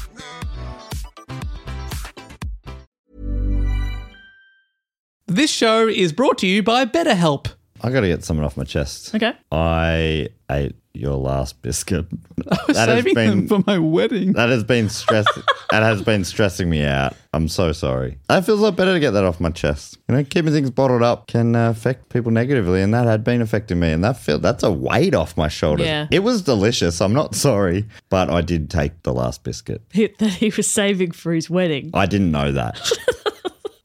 This show is brought to you by BetterHelp. I got to get something off my chest. Okay. I ate your last biscuit. [laughs] I was That has saving been- them for my wedding. That has been stress. that has been stressing me out. I'm so sorry. I feels a lot better to get that off my chest. You know, keeping things bottled up can uh, affect people negatively, and that had been affecting me. And that feel that's a weight off my shoulders. Yeah. It was delicious. I'm not sorry, but I did take the last biscuit. Bit that he was saving for his wedding. I didn't know that.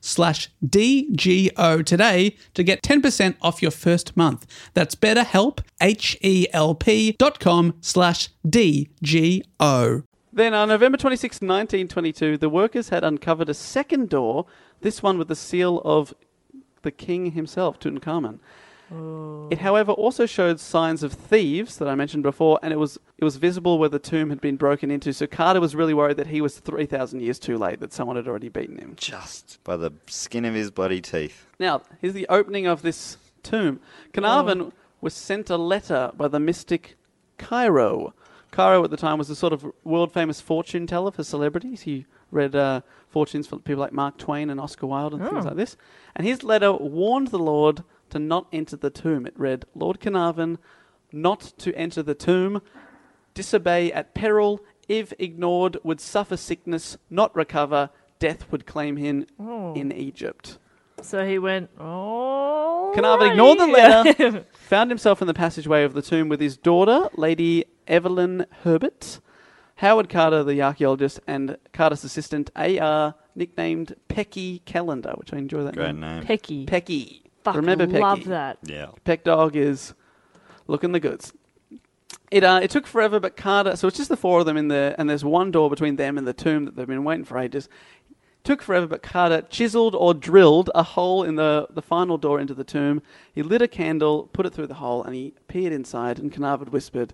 slash DGO today to get 10% off your first month. That's betterhelp, H-E-L-P dot com slash D-G-O. Then on November 26, 1922, the workers had uncovered a second door, this one with the seal of the king himself, Tutankhamun. It, however, also showed signs of thieves that I mentioned before, and it was it was visible where the tomb had been broken into. So Carter was really worried that he was three thousand years too late; that someone had already beaten him. Just by the skin of his bloody teeth. Now, here's the opening of this tomb. Carnarvon was sent a letter by the mystic Cairo. Cairo at the time was a sort of world famous fortune teller for celebrities. He read uh, fortunes for people like Mark Twain and Oscar Wilde and things like this. And his letter warned the Lord to not enter the tomb. It read, Lord Carnarvon, not to enter the tomb, disobey at peril, if ignored, would suffer sickness, not recover, death would claim him in Egypt. So he went, oh. Carnarvon ignored the letter, found himself in the passageway of the tomb with his daughter, Lady Evelyn Herbert, Howard Carter, the archaeologist, and Carter's assistant, AR, nicknamed Pecky Calendar, which I enjoy that Great name. name. [laughs] Pecky. Pecky. Fuck, Remember Pecky? love that. Yeah. Peck Dog is looking the goods. It, uh, it took forever, but Carter. So it's just the four of them in there, and there's one door between them and the tomb that they've been waiting for ages. Took forever, but Carter chiseled or drilled a hole in the, the final door into the tomb. He lit a candle, put it through the hole, and he peered inside. And Carnarvon whispered,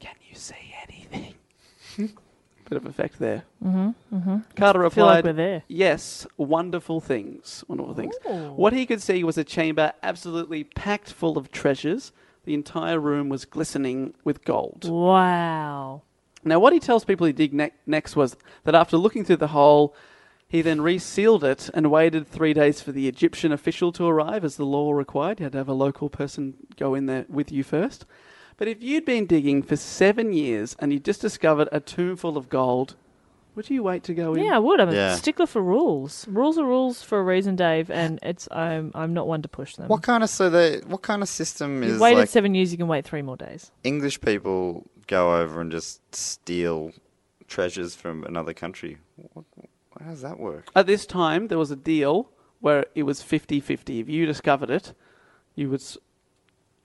"Can you see anything?" [laughs] Bit of effect there. Mm-hmm, mm-hmm. Carter feel like replied, we're there. Yes, wonderful things. Wonderful things. What he could see was a chamber absolutely packed full of treasures. The entire room was glistening with gold. Wow. Now, what he tells people he did ne- next was that after looking through the hole, he then resealed it and waited three days for the Egyptian official to arrive, as the law required. You had to have a local person go in there with you first. But if you'd been digging for seven years and you just discovered a tomb full of gold, would you wait to go in? Yeah, I would. I'm Yeah. a stickler for rules. Rules are rules for a reason, Dave, and it's I'm I'm not one to push them. What kind of so they what kind of system you is waited like seven years, you can wait three more days. English people go over and just steal treasures from another country? What, how does that work? At this time, there was a deal where it was 50 50. If you discovered it, you would s-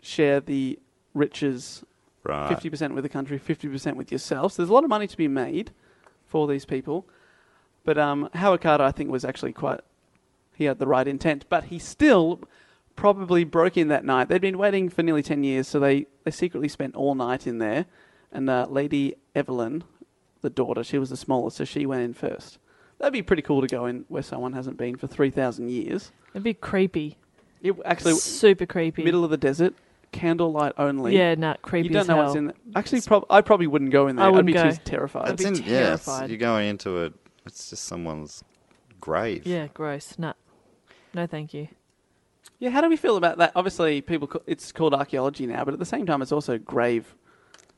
share the riches Right. 50% with the country, 50% with yourself. So there's a lot of money to be made for these people. But um, Howard Carter, I think, was actually quite. He had the right intent, but he still probably broke in that night. They'd been waiting for nearly 10 years, so they, they secretly spent all night in there. And uh, Lady Evelyn, the daughter, she was the smallest, so she went in first. That'd be pretty cool to go in where someone hasn't been for 3,000 years. It'd be creepy. It actually, Super creepy. middle of the desert, candlelight only. yeah, nah, creepy. You don't as know hell. what's in there. Actually, prob- I probably wouldn't go in there. I I'd wouldn't be go. too terrified. I'd be It's in- yeah, it's- terrified. you're going into a it's just someone's grave. Yeah, gross. Nah. No, thank you. Yeah, how do we feel about that? Obviously, people ca- it's called archaeology now, but at the same time, it's also grave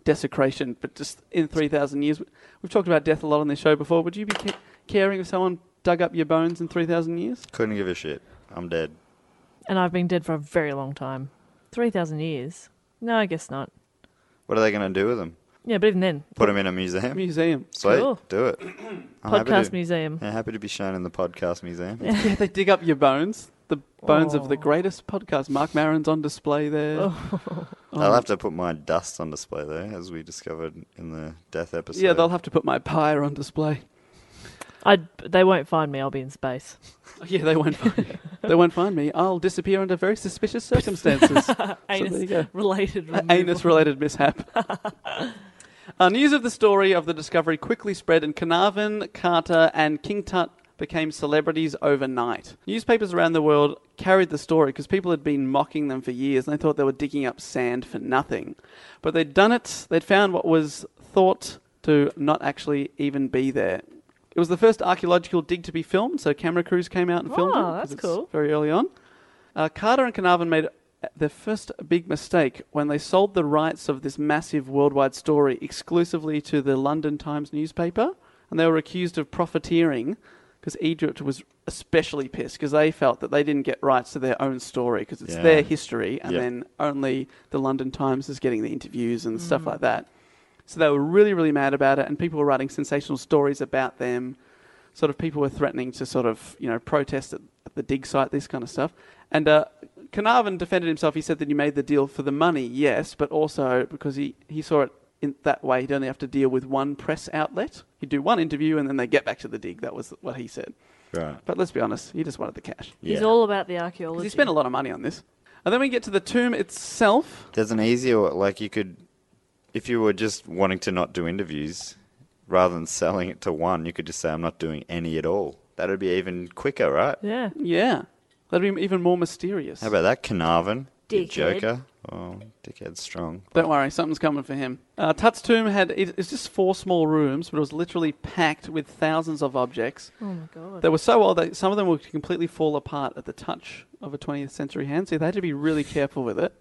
desecration. But just in three thousand years, we've talked about death a lot on this show before. Would you be ca- caring if someone dug up your bones in three thousand years? Couldn't give a shit. I'm dead. And I've been dead for a very long time. 3,000 years? No, I guess not. What are they going to do with them? Yeah, but even then, Put them in a museum? Museum. Sweet. Cool. Do [clears throat] it. I'm happy podcast to- museum. Yeah, happy to be shown in the podcast museum. [laughs] yeah, they dig up your bones. The bones of the greatest podcast. Mark Maron's on display there. Um, I'll have to put my dust on display there, as we discovered in the death episode. yeah, they'll have to put my pyre on display. [laughs] I they won't find me. I'll be in [laughs] space. Yeah, they won't find me. they won't find me. I'll disappear under very suspicious circumstances. Anus there you go. [laughs] related. anus related [laughs] mishap. uh, news of the story of the discovery quickly spread, and Carnarvon, Carter, and King Tut became celebrities overnight. Newspapers around the world carried the story because people had been mocking them for years and they thought they were digging up sand for nothing. But they'd done it, they'd found what was thought to not actually even be there. It was the first archaeological dig to be filmed, so camera crews came out and filmed it. Oh, 'cause that's it's cool. Very early on. Uh, Carter and Carnarvon made their first big mistake when they sold the rights of this massive worldwide story exclusively to the London Times newspaper, and they were accused of profiteering because Egypt was especially pissed because they felt that they didn't get rights to their own story because it's Yeah. their history, and Yeah. then only the London Times is getting the interviews and stuff like that. So they were really, really mad about it, and people were writing sensational stories about them. Sort of people were threatening to sort of you know protest at, at the dig site, this kind of stuff. And uh, Carnarvon defended himself. He said that he made the deal for the money, yes, but also because he, he saw it in that way, he'd only have to deal with one press outlet. He'd do one interview, and then they get back to the dig. That was what he said. Right. But let's be honest, he just wanted the cash. He's Yeah. all about the archaeology. Because he spent a lot of money on this. And then we get to the tomb itself. There's an easier like you could, if you were just wanting to not do interviews, rather than selling it to one, you could just say I'm not doing any at all. That'd be even quicker, right? Yeah. Yeah. That'd be even more mysterious. How about that, Carnarvon? You Dickhead. Joker. Oh, dickhead's strong. Don't worry, something's coming for him. Uh, Tut's tomb had it, it's just four small rooms, but it was literally packed with thousands of objects. Oh my god. They were so old that some of them would completely fall apart at the touch of a 20th century hand, so they had to be really careful with it.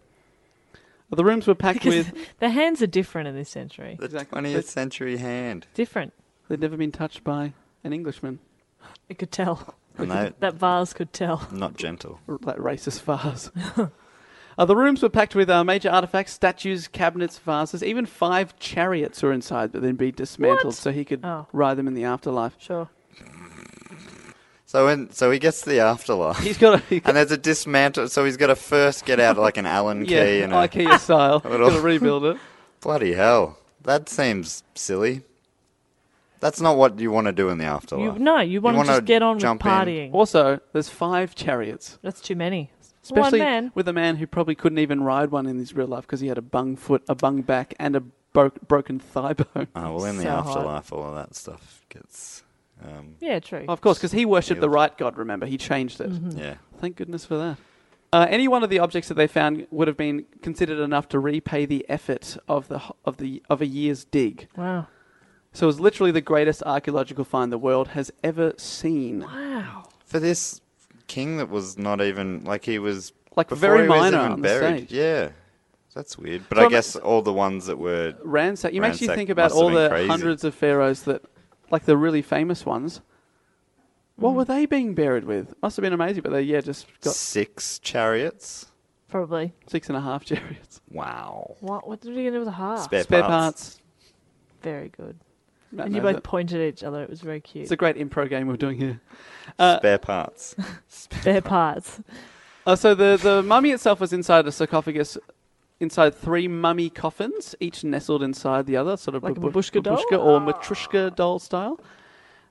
The rooms were packed with. The hands are different in this century. [laughs] The Exactly. 20th century [laughs] hand. Different. They'd never been touched by an Englishman. It could tell. And they [laughs] That vase could tell. not gentle. R- That [laughs] racist vase. uh, the rooms were packed with uh, major artifacts, statues, cabinets, vases. Even five chariots were inside, but then be dismantled so he could Oh. ride them in the afterlife. Sure. So when so he gets to the afterlife. He's got a. and there's a dismantle. So he's got to first get out like an Allen key [laughs] yeah, and a, IKEA style. He's little- got to rebuild it. bloody hell. That seems silly. That's not what you want to do in the You, afterlife. no, you want to Oh, wanna just get on with jump in. partying. Also, there's five chariots. That's too many. Especially One man. with a man who probably couldn't even ride one in his real life because he had a bung foot, a bung back, and a bro- broken thigh bone. Oh, well, in the So hot. afterlife, all of that stuff gets. Um, Yeah, true. Of course, because he worshipped the right god, remember? He changed it. Mm-hmm. yeah. Thank goodness for that. Uh, any one of the objects that they found would have been considered enough to repay the effort of the h- of the of a year's dig. Wow. So it was literally the greatest archaeological find the world has ever seen. Wow. For this king that was not even like he was Like, before very he was minor even on the buried. stage. Yeah, that's weird. But So I I'm- guess all the ones that were Ransack. You makes you Ransack think about must have all been the crazy. hundreds of pharaohs that, like the really famous ones. Mm. What were they being buried with? Must have been amazing, but they yeah just got six chariots. Probably. six and a half [laughs] chariots, Wow. What? What did he do with a heart? Spare, spare parts. parts. Very good. Matt And you knows both it. pointed at each other. It was very cute. It's a great improv game we're doing here. Spare [laughs] parts. Their parts. Uh, [laughs] so the, the mummy itself was inside a sarcophagus, inside three mummy coffins, each nestled inside the other, sort of Like a babu- babushka doll? babushka or matrushka doll style.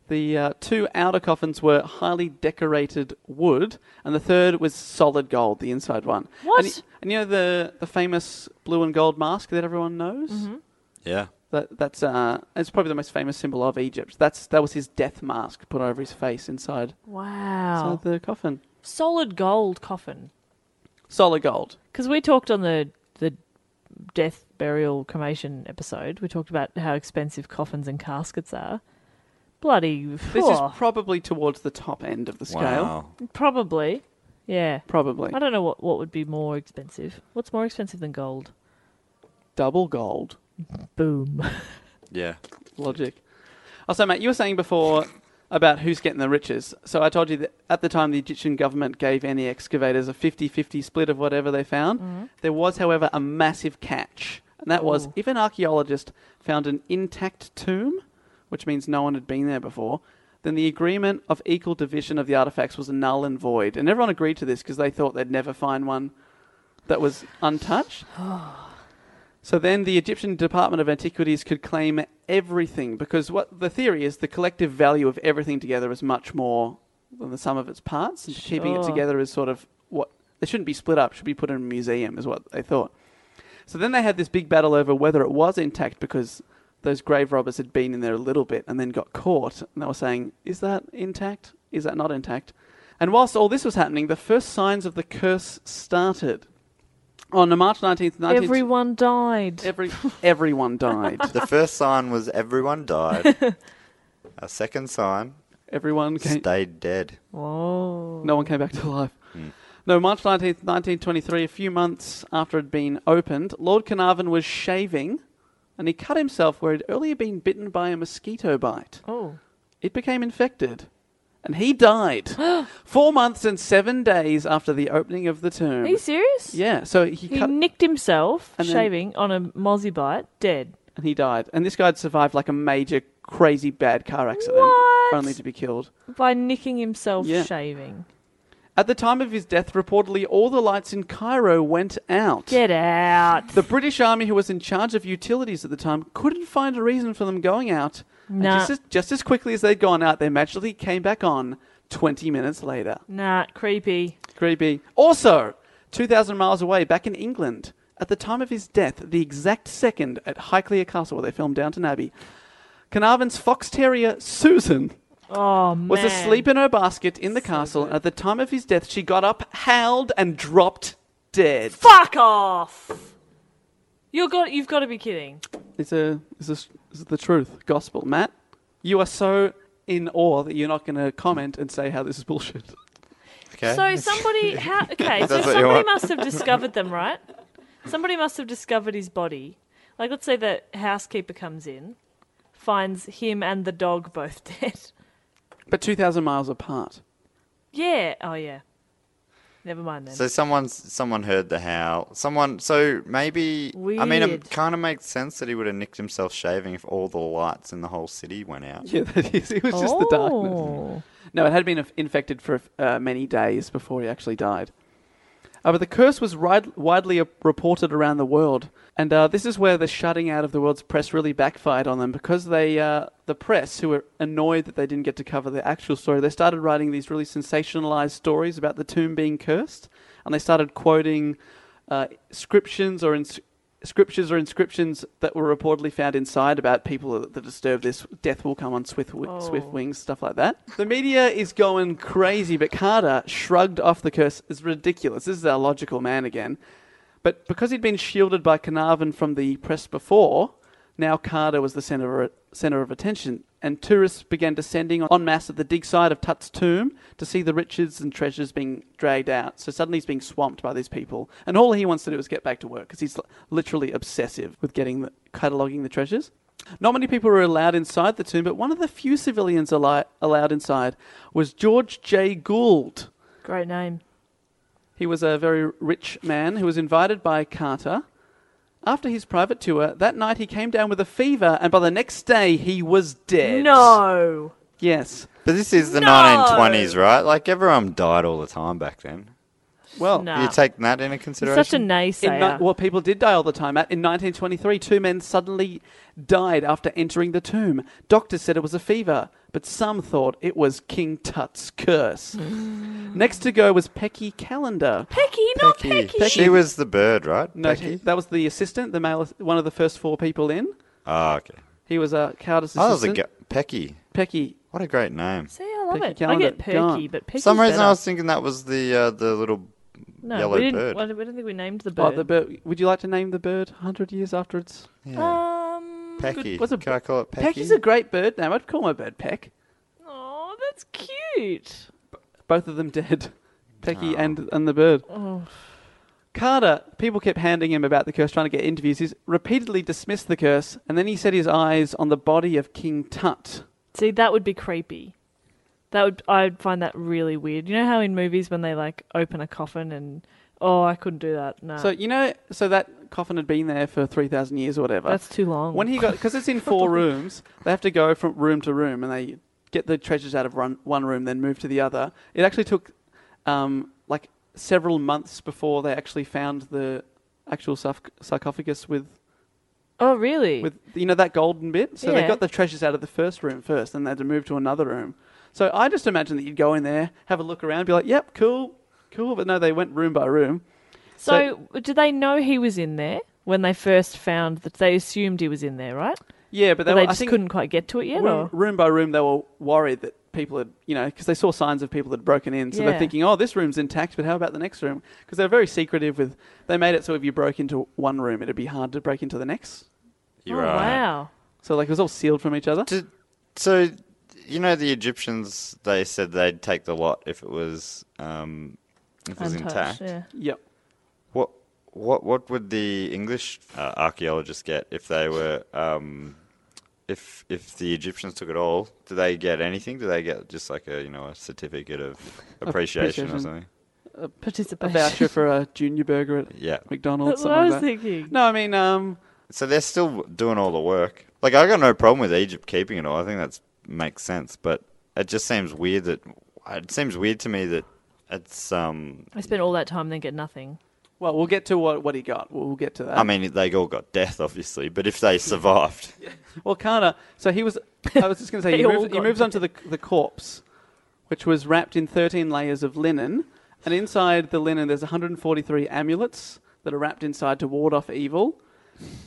The uh, two outer coffins were highly decorated wood, and the third was solid gold, the inside one. What? And, y- and you know the, the famous blue and gold mask that everyone knows? Mm-hmm. Yeah. That, that's uh, it's probably the most famous symbol of Egypt. That's that was his death mask put over his face inside, Wow. inside the coffin. Solid gold coffin. Solid gold. Because we talked on the the death, burial, cremation episode. We talked about how expensive coffins and caskets are. Bloody. This is phew, probably towards the top end of the scale. Wow. probably. Yeah. Probably. I don't know what, what would be more expensive. What's more expensive than gold? Double gold. Boom. Yeah. Logic. Also, Matt, you were saying before about who's getting the riches. So I told you that at the time the Egyptian government gave any excavators a 50 50 split of whatever they found. There was, however, a massive catch. And that was if an archaeologist found an intact tomb, which means no one had been there before, then the agreement of equal division of the artifacts was null and void. And everyone agreed to this because they thought they'd never find one that was untouched. So then the Egyptian Department of Antiquities could claim everything because what the theory is the collective value of everything together is much more than the sum of its parts. And keeping it Sure. together is sort of what they shouldn't be split up, should be put in a museum, is what they thought. So then they had this big battle over whether it was intact because those grave robbers had been in there a little bit and then got caught. And they were saying, is that intact? Is that not intact? And whilst all this was happening, the first signs of the curse started. On March 19th, 19th Everyone died. Every everyone died. The first sign was everyone [laughs] died. A second sign everyone came, stayed dead. Whoa. no one came back to life. No, March nineteenth, nineteen twenty-three. A few months after it had been opened, Lord Carnarvon was shaving, and he cut himself where he'd earlier been bitten by a mosquito bite. Oh. It became infected, and he died four months and seven days after the opening of the tomb. Are you serious? yeah, so he, He cut nicked himself And then- shaving on a mozzie bite, dead. and he died, and this guy had survived like a major, crazy bad car accident, What? only to be killed. By nicking himself Yeah. shaving. At the time of his death, reportedly all the lights in Cairo went out. Get out. The British army, who was in charge of utilities at the time, couldn't find a reason for them going out. And Nah. Just, as, just as quickly as they'd gone out, they magically came back on 20 minutes later. Nah, creepy. Creepy. Also, 2,000 miles away, back in England, at the time of his death, the exact second at Highclere Castle, where they filmed Downton Abbey, Carnarvon's fox terrier, Susan, Oh man. was asleep in her basket in the castle, and at the time of his death, she got up, howled, and dropped dead. Fuck off. You got. You've got to be kidding. It's a, it's a, it's the truth, gospel. Matt, you are so in awe that you're not going to comment and say how this is bullshit. Okay. So somebody, how, okay, so That's what you somebody want. must have discovered them, right? Somebody must have discovered his body. Like, let's say the housekeeper comes in, finds him and the dog both [laughs] dead. But 2,000 miles apart. [laughs] Yeah. Oh yeah. Never mind then. So someone someone heard the howl. Someone so maybe I mean Weird. it kind of makes sense that he would have nicked himself shaving if all the lights in the whole city went out. Yeah, that is. It was just the Oh. darkness. No, it had been inf- infected for uh, many days before he actually died. Uh, but the curse was ride- widely uh, reported around the world, and uh, this is where the shutting out of the world's press really backfired on them because they, uh, the press, who were annoyed that they didn't get to cover the actual story, they started writing these really sensationalized stories about the tomb being cursed, and they started quoting uh, inscriptions or ins- scriptures or inscriptions that were reportedly found inside about people that disturb this death will come on swift, wi- swift wings stuff like that the media is going crazy but carter shrugged off the curse as ridiculous this is our logical man again but because he'd been shielded by carnarvon from the press before now carter was the center of, center of attention and tourists began descending en masse at the dig site of Tut's tomb to see the riches and treasures being dragged out. So suddenly he's being swamped by these people, and all he wants to do is get back to work because he's l- literally obsessive with getting the, cataloging the treasures. Not many people were allowed inside the tomb, but one of the few civilians ali- allowed inside was George J. Gould. Great name. He was a very rich man who was invited by Carter. After his private tour, that night he came down with a fever, and by the next day he was dead. No. Yes. But this is the No! 1920s, right? Like everyone died all the time back then. Well, Nah. You take that into Ah. He's consideration. such a in ni- naysayer. well, people did die all the time. At- In 1923, two men suddenly died after entering the tomb. Doctors said it was a fever, but some thought it was King [laughs] Tut's curse. Next to go was Pecky Calendar. Pecky, not Pecky. Pecky. She was the bird, right? No, Becky? that was the assistant, the male, one of the first four people in. Oh, okay. He was a Carter's Oh, that was a assistant. go- Pecky. Pecky. What a great name. See, I love Pecky it. I get Calendar, perky, gone. but For Pecky's some reason, better. I was thinking that was the uh, the little no, yellow we didn't, bird. I don't I don't think we named the Oh, bird. the bird. Would you like to name the bird 100 years after it's. yeah. Um. Pecky. was a- Can I call it Pecky? Pecky's a great bird name. I'd call my bird Peck. Oh, that's cute. both of them dead. [laughs] Pecky and and the bird. Carter, people kept handing him about the curse, trying to get interviews. He's repeatedly dismissed the curse, and then he set his eyes on the body of King Tut. See, that would be creepy. That would I'd find that really weird. You know how in movies when they like open a coffin and oh, I couldn't do that. No, So you know, so that coffin had been there for three thousand years or whatever. that's too long. when he got because it's [laughs] in four rooms. They have to go from room to room, and they get the treasures out of run, one room, then move to the other. It actually took um, like several months before they actually found the actual sarc- sarcophagus with oh really? with you know that golden bit. So they Yeah. got the treasures out of the first room first, and they had to move to another room. So I just imagine that you'd go in there, have a look around, be like, "Yep, cool, cool," but no, they went room by room. so, do they know he was in there when they first found that? They assumed he was in there, right? Yeah, but they, But were, they I just think couldn't quite get to it yet. room, Or? room by room they were worried that people had you know because they saw signs of people had broken in, so Yeah. they're thinking, "Oh, this room's intact, but how about the next room?" Because they're very secretive with. They made it so if you broke into one room, it'd be hard to break into the next. You're oh, right. wow. So like it was all sealed from each other. Did, so, you know, the Egyptians, they said they'd take the lot if it was, um, if it was Untouched, intact. yeah. [laughs] Yep. What what what would the English uh, archaeologists get if they were um, if if the Egyptians took it all? Do they get anything? Do they get just like a you know a [laughs] certificate of appreciation, or Appreciation. something? A Participation. [laughs] voucher for a junior burger at Yeah. McDonald's. That's what something I like was that. thinking. No, I mean, um, So they're still doing all the work. Like I got no problem with Egypt keeping it all. I think that makes sense, but it just seems weird that it seems weird to me that it's um I spent all that time then get nothing. well, we'll get to what, what he got. We'll, we'll get to that. I mean they all got death obviously, but if [laughs] they survived, well, Kana, so he was, I was just going to say, They he, all moves, he got moves on to the, the corpse, which was wrapped in 13 layers of linen And inside the linen, there's 143 amulets that are wrapped inside to ward off evil.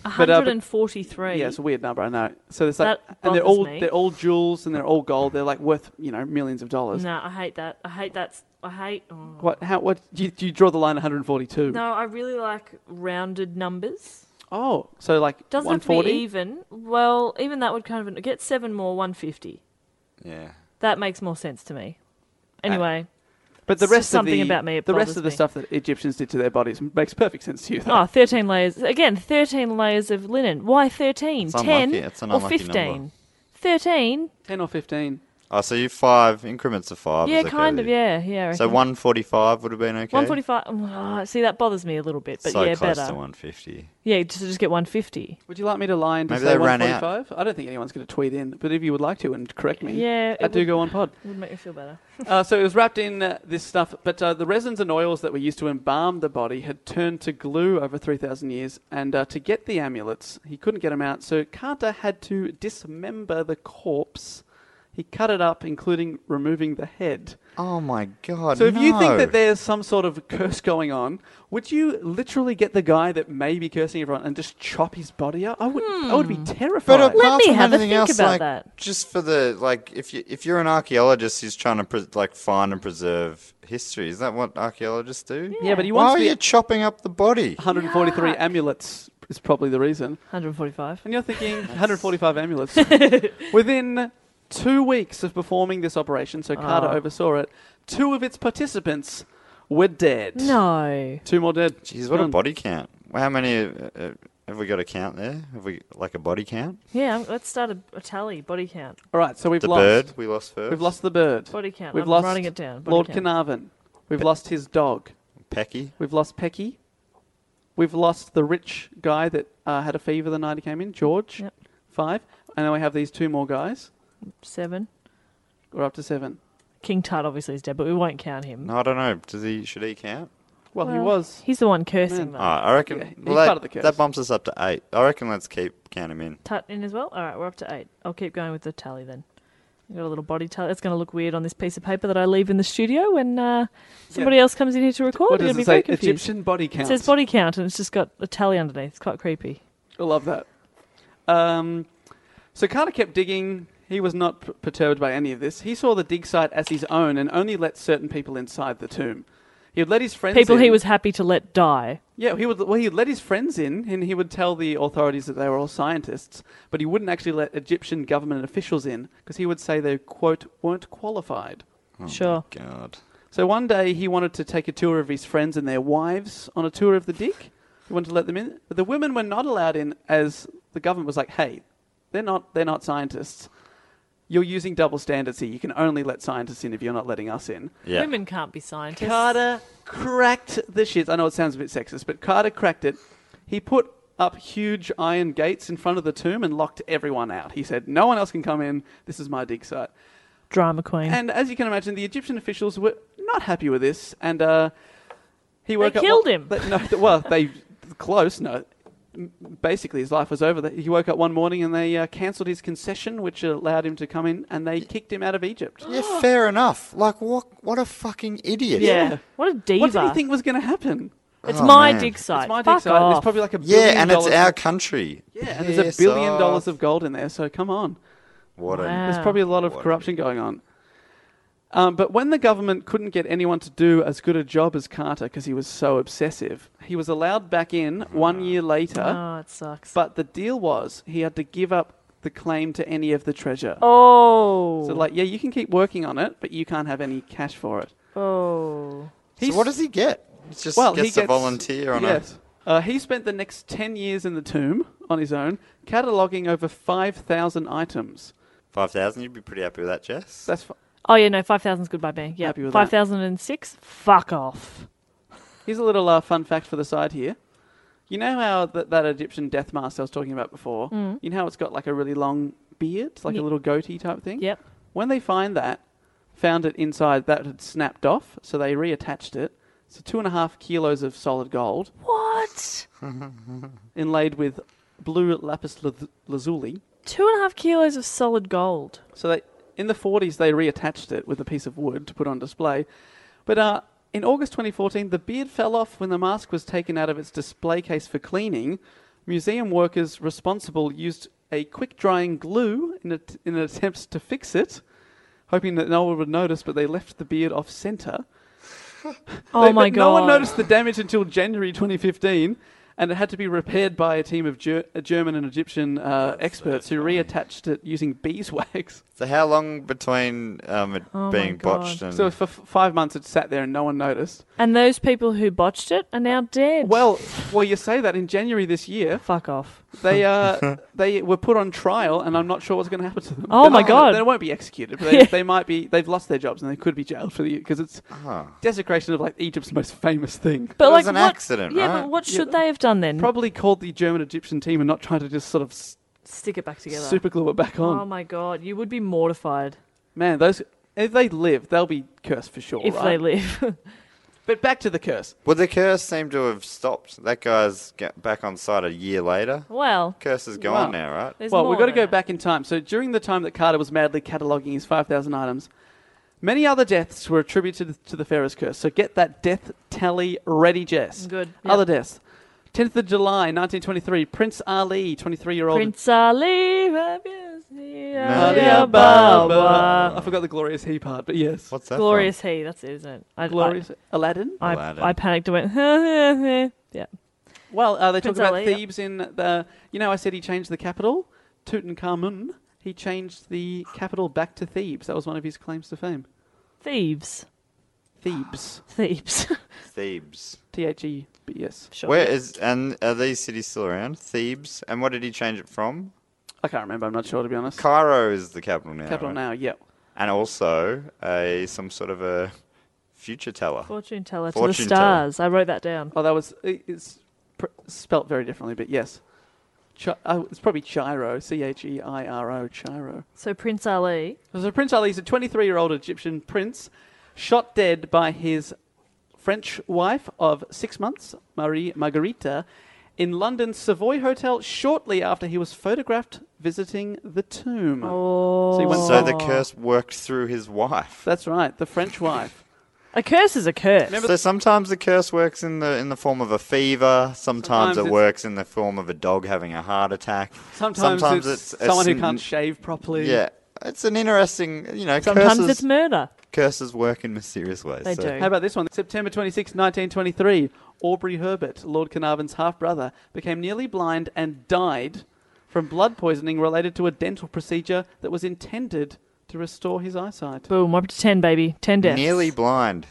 But, uh, but- 143. Yeah, it's a weird number, I know. So it's like, That and they're bothers all me. they're all jewels and they're all gold. They're like worth you know millions of dollars. No, I hate that. I hate that. I hate. oh. What? How? What? Do you, do you draw the line? 142. No, I really like rounded numbers. Oh, so like Doesn't have to 140. be even. Well, even that would kind of get seven more 150. Yeah. That makes more sense to me. Anyway, But the It's just rest something of the, about me, it the rest bothers of the me. stuff that Egyptians did to their bodies makes perfect sense to you. Though. oh, 13 layers. Again, 13 layers of linen. Why 13? It's 10 unlucky. It's an or unlucky 15? number. 13? 10 or 15. Oh, so you five increments of five. yeah, is okay kind with of. you. Yeah, yeah. I So reckon. one forty-five would have been okay. 145. oh, see, that bothers me a little bit, but so yeah, close better. to one fifty. Yeah, just, just get 150. Would you like me to lie and to Maybe say they ran out. 145? I don't think anyone's going to tweet in, but if you would like to and correct me, Yeah, it I do would- go [laughs] on pod. Would make me feel better. uh, so it was wrapped in uh, this stuff, but uh, the resins and oils that were used to embalm the body had turned to glue over 3,000 years, and uh, to get the amulets, he couldn't get them out, so Carter had to dismember the corpse. He cut it up, including removing the head. Oh my god! So if you think that no. there's some sort of curse going on, would you literally get the guy that may be cursing everyone and just chop his body up? I would. I would be terrified. Hmm. But uh, apart Let me from have a anything think else, about like, that. Just for the like, if you if you're an archaeologist who's trying to pre- like find and preserve history, is that what archaeologists do? Yeah, but he Why wants are [laughs] to be you chopping up the body? 143 amulets is probably the reason. 145. And you're thinking [laughs] 145 amulets. Within two weeks of performing this operation, so Carter Ah. oversaw it. Two of its participants were dead. No. Two more dead. Jeez, what a Um, Done. body count! How many uh, uh, have we got a count there? Have we like a body count? Yeah, I'm- let's start a, a tally, body count. All right, so we've The lost. bird we lost 1st We've lost the bird. Body count. We've I'm lost writing it down. Body Lord count. Carnarvon. We've lost his dog. Pecky. We've lost Pecky. We've lost the rich guy that uh, had a fever the night he came in, George. Yep. Five. And then we have these two more guys. Seven. We're up to seven. King Tut obviously is dead, but we won't count him. No, I don't know. Does he? Should he count? Well, he Well, was. He's the one cursing, Man. though. Oh, I reckon. Yeah, he's well, that, part of the curse. that bumps us up to eight. I reckon. Let's keep count him in. Tut in as well? All right, we're up to eight. I'll keep going with the tally then. I've got a little body tally. It's going to look weird on this piece of paper that I leave in the studio when uh, somebody else comes in here to record. what You're does gonna be it say? very confused. Egyptian body count. It says body count, and it's just got a tally underneath. It's quite creepy. I love that. Um, so Carter kept digging. He was not p- perturbed by any of this. He saw the dig site as his own and only let certain people inside the tomb. He would let his friends People in. he was happy to let die. Yeah, he would. Well, he'd let his friends in, and he would tell the authorities that they were all scientists, but he wouldn't actually let Egyptian government officials in because he would say they quote weren't qualified. sure. God. So one day he wanted to take a tour of his friends and their wives on a tour of the dick. He wanted to let them in, but the women were not allowed in as the government was like, "Hey, they're not they're not scientists. You're using double standards here. You can only let scientists in if you're not letting us in." Yeah. Women can't be scientists. Carter cracked the shit. I know it sounds a bit sexist, but Carter cracked it. He put up huge iron gates in front of the tomb and locked everyone out. He said, "No one else can come in. This is my dig site." Drama queen. And as you can imagine, the Egyptian officials were not happy with this, and uh, he woke up. killed one- him. They, no, [laughs] th- well, they close. No, M- basically his life was over. They- He woke up one morning and they uh, cancelled his concession, which allowed him to come in, and they kicked him out of Egypt. Yeah, fair enough. Like what? What a fucking idiot. yeah. What a diva. What did he think was going to happen? It's Oh, my man. dig site. It's my dig Fuck site. There's off. probably like a billion Yeah, and it's dollars- our country. Yeah, and there's a billion dollars of gold in there, so come on. What a Wow. There's probably a lot of What a- corruption going on. Um, but when the government couldn't get anyone to do as good a job as Carter because he was so obsessive, he was allowed back in one year later. Oh, it sucks. But the deal was he had to give up the claim to any of the treasure. oh. So, like, yeah, you can keep working on it, but you can't have any cash for it. oh. So what does he get? It's just Well, gets, he gets a volunteer on yes. Uh, he spent the next 10 years in the tomb on his own, cataloguing over 5,000 items. a five thousand. You'd be pretty happy with that, Jess. That's f- Oh, yeah, no, 5,000's good by me. Yeah. Happy with that. 5,006? Fuck off. Here's a little uh, fun fact for the side here. You know how th- that Egyptian death mask I was talking about before? You know how it's got like a really long beard, like Ye- a little goatee type thing? Yep. When they find that, found it inside, that had snapped off, so they reattached it. So two and a half kilos of solid gold What? inlaid with blue lapis laz- lazuli. Two and a half kilos of solid gold. So they, in the 40s, they reattached it with a piece of wood to put on display. But uh, In August 2014, the beard fell off when the mask was taken out of its display case for cleaning. Museum workers responsible used a quick drying glue in, a, in an attempt to fix it, hoping that no one would notice, but they left the beard off centre. [laughs] Oh my They- but god! No one noticed the damage until January 2015, and it had to be repaired by a team of Ger- uh, German and Egyptian uh, experts who reattached it using beeswax. So how long between um, it Oh my being botched God. and So for f- five months it sat there and no one noticed. And those people who botched it are now dead. Well, well, you say that in January this year fuck off. they uh, they were put on trial, and I'm not sure what's going to happen to them. Oh They're my not gonna- God. They won't be executed, but they, Yeah. they might be. They've lost their jobs and they could be jailed for the year because it's desecration of like Egypt's most famous thing. But It like was an what, accident, Yeah, right? but what Yeah. should they have done then? Probably called the German Egyptian team and not trying to just sort of s- stick it back together. super glue it back on. Oh my god, you would be mortified Man, those if they live, they'll be cursed for sure. if right? they live. [laughs] but back to the curse. Well, the curse seemed to have stopped. That guy's get back on site a year later. well, Curse is Wow. gone now, right? there's well, we've more got to than go that. back in time. So during the time that Carter was madly cataloguing his 5,000 items, many other deaths were attributed to the Pharaoh's curse. So get that death tally ready, Jess. Good. Other deaths. 10th of July, 1923, Prince Ali, 23-year-old. Prince Ali, fabulous, yeah, Ali yeah, Baba. bah, Alibaba. bah. I forgot the glorious he part, but yes. What's that? from? Glorious he, that's it, isn't it? I, glorious Aladdin? I, Aladdin. I, I panicked and went, [laughs] yeah. Well, uh, they talk Prince about Ali, yeah. Thebes in the. You know, I said he changed the capital, Tutankhamun. He changed the capital back to Thebes. That was one of his claims to fame. Thieves. Thebes, Thieves. [laughs] Thebes. T H E B S. sure. Where is and are these cities still around? Thebes. And what did he change it from? I can't remember. I'm not sure to be honest. Cairo is the capital now. capital right? now, yeah. And also a some sort of a future teller. Fortune teller to Fortune the teller. stars. I wrote that down. Oh, that was it- it's pr- spelt very differently, but yes, Chi- oh, it's probably Chiro, C H E I R O, Chiro. So Prince Ali, So Prince Ali is a 23-year-old Egyptian prince, shot dead by his French wife of six months, Marie Margarita, in London's Savoy Hotel shortly after he was photographed visiting the tomb. Oh, so he went So to- the curse worked through his wife. that's right, the French wife. a curse is a curse. So sometimes the curse works in the in the form of a fever. Sometimes, Sometimes it it's- works in the form of a dog having a heart attack. Sometimes, it's, a someone who sin- can't shave properly. Yeah, it's an interesting. You know, Sometimes curses, it's murder. curses work in mysterious ways. They so- do. How about this one? September 26, 1923, Aubrey Herbert, Lord Carnarvon's half brother, became nearly blind and died from blood poisoning related to a dental procedure that was intended to restore his eyesight. Boom, up to 10, baby. 10 deaths. Nearly blind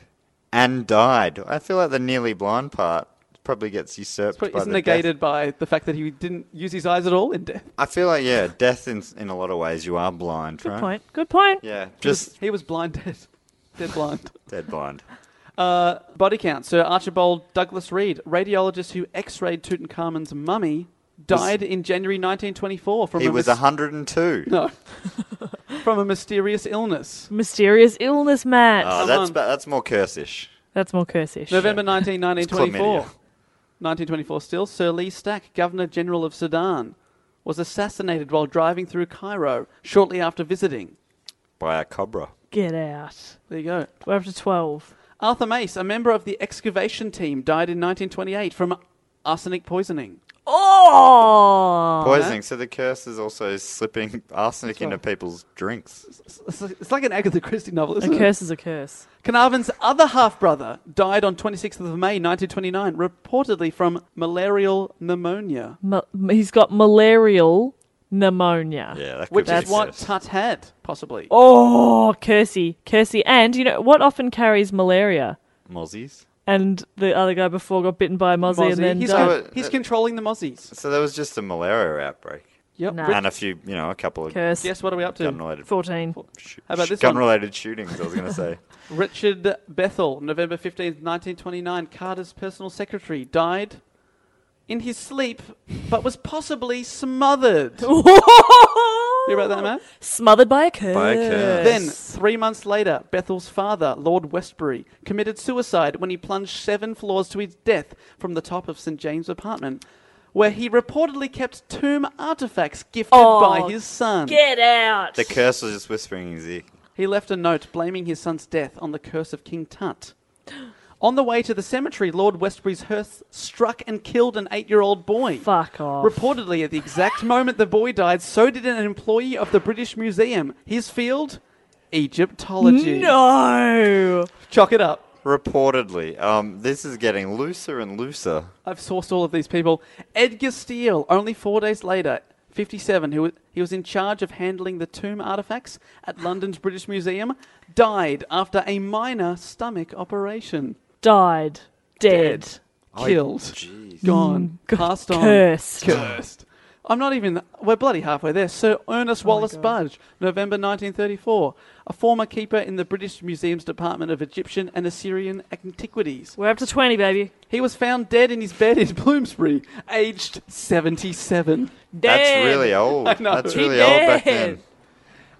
and died. I feel like the nearly blind part probably gets usurped. But by is the negated Death. by the fact that he didn't use his eyes at all in death. I feel like yeah, death in in a lot of ways you are blind. Good right? point. Good point. Yeah, He was- just he was blind dead. [laughs] Dead blind. dead [laughs] blind. Uh, body count. Sir Archibald Douglas Reed, radiologist who x-rayed Tutankhamun's mummy, died in January 1924 from He a was mys- 102. No. [laughs] from a mysterious illness. Mysterious illness, Matt. Oh, Someone- that's ba- that's more cursish. That's more cursish. November 19, Chlamydia. 1924. 1924 still, Sir Lee Stack, Governor General of Sudan, was assassinated while driving through Cairo shortly after visiting. by a cobra. Get out. There you go. We're up to 12. Arthur Mace, a member of the excavation team, died in 1928 from arsenic poisoning. Oh! Poisoning. So the curse is also slipping [laughs] arsenic into people's drinks. It's- It's it's like an Agatha Christie novel, A [laughs] isn't it? curse is a curse. Carnarvon's other half brother died on 26th of May 1929, reportedly from malarial pneumonia, Ma- he's got malarial pneumonia. Yeah, that could which be is a what curse. Tut had, possibly. Oh, cursey. Cursey. And, you know, what often carries malaria? mozzies. And the other guy before got bitten by a mozzie, Mozzie. and then he's, died. got- con- he's controlling the mozzies. So there was just a malaria outbreak Yep. Nah. and a few, you know, a couple of curse. Guess what are we up to? gun-related 14. sh- How about this one? gun-related shootings. I was going to [laughs] say. Richard Bethel, November 15th, 1929, Carter's personal secretary, died in his sleep but was possibly smothered. Hear about that, Matt? [laughs] Smothered by a curse. By a curse. Then, three months later, Bethel's father, Lord Westbury, committed suicide when he plunged seven floors to his death from the top of St. James' apartment, where he reportedly kept tomb artifacts gifted by his son. Oh, Get out. The curse was just whispering in his ear. He left a note blaming his son's death on the curse of King Tut. On the way to the cemetery, Lord Westbury's hearse struck and killed an eight year old boy. Fuck off. Reportedly, at the exact moment the boy died, so did an employee of the British Museum. His field? Egyptology. no. Chalk it up. Reportedly, um, this is getting looser and looser. I've sourced all of these people. Edgar Steele, only four days later, 57, who he was in charge of handling the tomb artifacts at London's British Museum, died after a minor stomach operation. Died. Dead. Killed. Gone. Passed on. Cursed. Cursed. I'm not even. We're bloody halfway there. Sir Ernest Wallace Budge, November 1934, a former keeper in the British Museum's Department of Egyptian and Assyrian Antiquities. We're up to 20, baby. He was found dead in his bed in [laughs] Bloomsbury, aged 77. That's Dead. really [laughs] old. I know. Oh, That's He really old back did. then.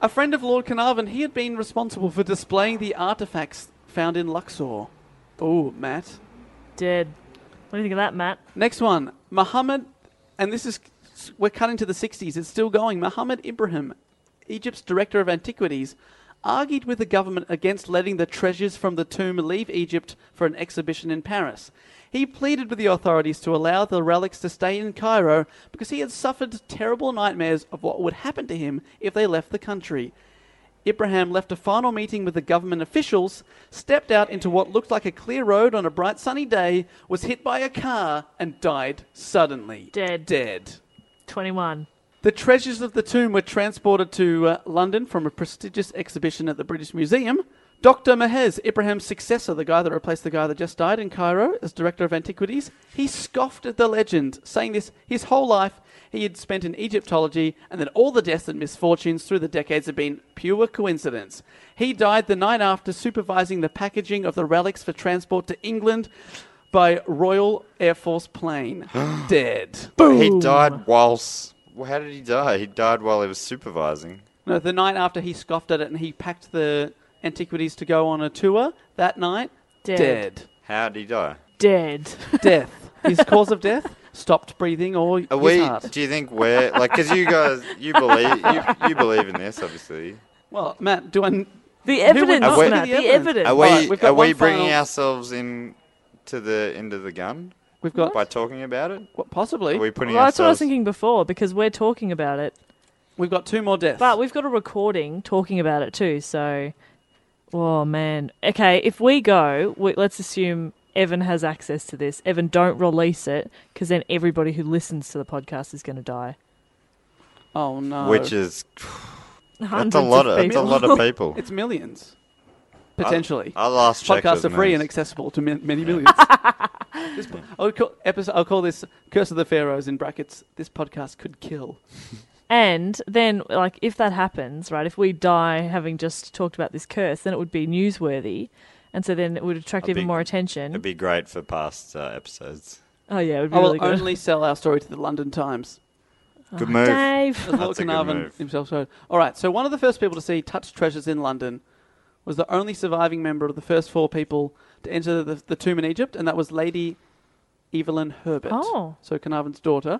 A friend of Lord Carnarvon, he had been responsible for displaying the artifacts found in Luxor. Oh, Matt. Dead. What do you think of that, Matt? Next one, Muhammad, and this is we're cutting to the 60s. It's still going. Muhammad Ibrahim, Egypt's director of antiquities, argued with the government against letting the treasures from the tomb leave Egypt for an exhibition in Paris. He pleaded with the authorities to allow the relics to stay in Cairo because he had suffered terrible nightmares of what would happen to him if they left the country. Ibrahim left a final meeting with the government officials, stepped out into what looked like a clear road on a bright sunny day, was hit by a car, and died suddenly. Dead. Dead. 21. The treasures of the tomb were transported to uh, London from a prestigious exhibition at the British Museum. Dr. Mehez, Ibrahim's successor, the guy that replaced the guy that just died in Cairo as director of antiquities, he scoffed at the legend, saying this his whole life he had spent in Egyptology and that all the deaths and misfortunes through the decades had been pure coincidence. He died the night after supervising the packaging of the relics for transport to England by Royal Air Force plane. [gasps] Dead. He died whilst. Well, how did he die? He died while he was supervising. No, the night after he scoffed at it and he packed the antiquities to go on a tour that night, Dead. dead. How did he die? Dead. Death. His cause of death? Stopped breathing or Are his we? heart. Do you think we're like? Because you guys, you [laughs] believe, you, you believe in this, obviously. well, Matt, do I. n- The Who would evidence, not be Matt. the The evidence? evidence. Are Right, we? we've got are we one bringing final- ourselves in to the end of the gun We've got. by talking about it? What, possibly. Are we putting Well, that's what I was ourselves? thinking before because we're talking about it, We've got two more deaths. but we've got a recording talking about it too. So, oh man. Okay, if we go, we, let's assume Evan has access to this. Evan, don't release it because then everybody who listens to the podcast is going to die. oh, no. Which [laughs] is Hundreds that's a lot of of, that's a people. lot of people. It's millions. Potentially. Our last check Podcasts was are free nice. and accessible to ma- many millions. [laughs] This po- I'll, call, episode, I'll call this Curse of the Pharaohs in brackets. This podcast could kill. And then, like, if that happens, right, if we die having just talked about this curse, then it would be newsworthy. And so then it would attract A even big- more attention. It'd be great for past uh, episodes. oh, yeah, it would be I will really good. only sell our story to the London Times. Oh, Good move. Dave. As Lord That's a good Carnarvon move. himself showed. All right, so one of the first people to see touched treasures in London was the only surviving member of the first four people to enter the, the tomb in Egypt, and that was Lady Evelyn Herbert. Oh. So Carnarvon's daughter.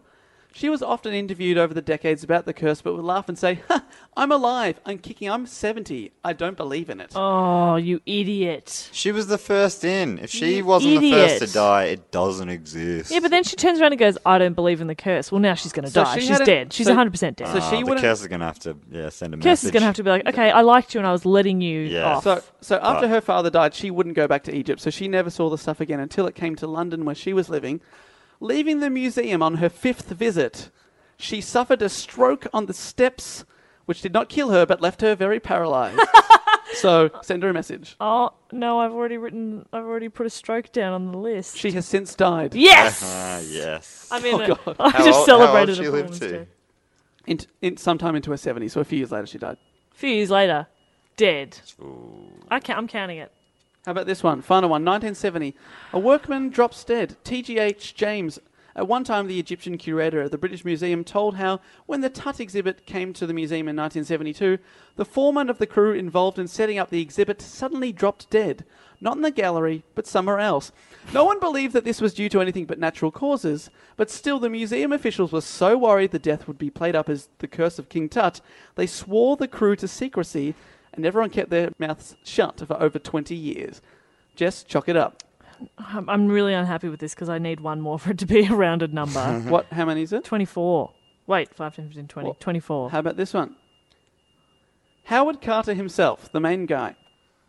She was often interviewed over the decades about the curse, but would laugh and say, ha, I'm alive, I'm kicking, I'm 70, I don't believe in it. Oh, you idiot. She was the first in. If she You wasn't the first to idiot. die, it doesn't exist. Yeah, but then she turns around and goes, I don't believe in the curse. Well, now she's going to So die. she she's had a- dead. She's so- 100% dead. so Ah, she the wouldn't- curse is going to have to yeah send a curse is Ah, message. going to have to be like, okay, I liked you and I was letting you Yeah. off. So, so after But- her father died, she wouldn't go back to Egypt, so she never saw the stuff again until it came to London where she was living. Leaving the museum on her fifth visit, she suffered a stroke on the steps, which did not kill her but left her very paralyzed. so send her a message. oh, no, I've already written, I've already put a stroke down on the list. She has since died. yes! Ah, [laughs] yes. I mean, Oh, God. I How just old- how old celebrated she a lived performance to? too. In, in sometime into her 70s, so a few years later she died. few years later, dead. I ca- I'm counting it. How about this one? Final one, 1970. A workman drops dead. T.G.H. James. At one time, the Egyptian curator at the British Museum told how, when the Tut exhibit came to the museum in 1972, the foreman of the crew involved in setting up the exhibit suddenly dropped dead. Not in the gallery, but somewhere else. No one believed that this was due to anything but natural causes, but still, the museum officials were so worried the death would be played up as the curse of King Tut, they swore the crew to secrecy and everyone kept their mouths shut for over 20 years. Just chalk it up. I'm, I'm really unhappy with this because I need one more for it to be a rounded [laughs] number. What? How many is it? 24. Wait, 5, 10, 15, 20. What? 24. How about this one? Howard Carter himself, the main guy,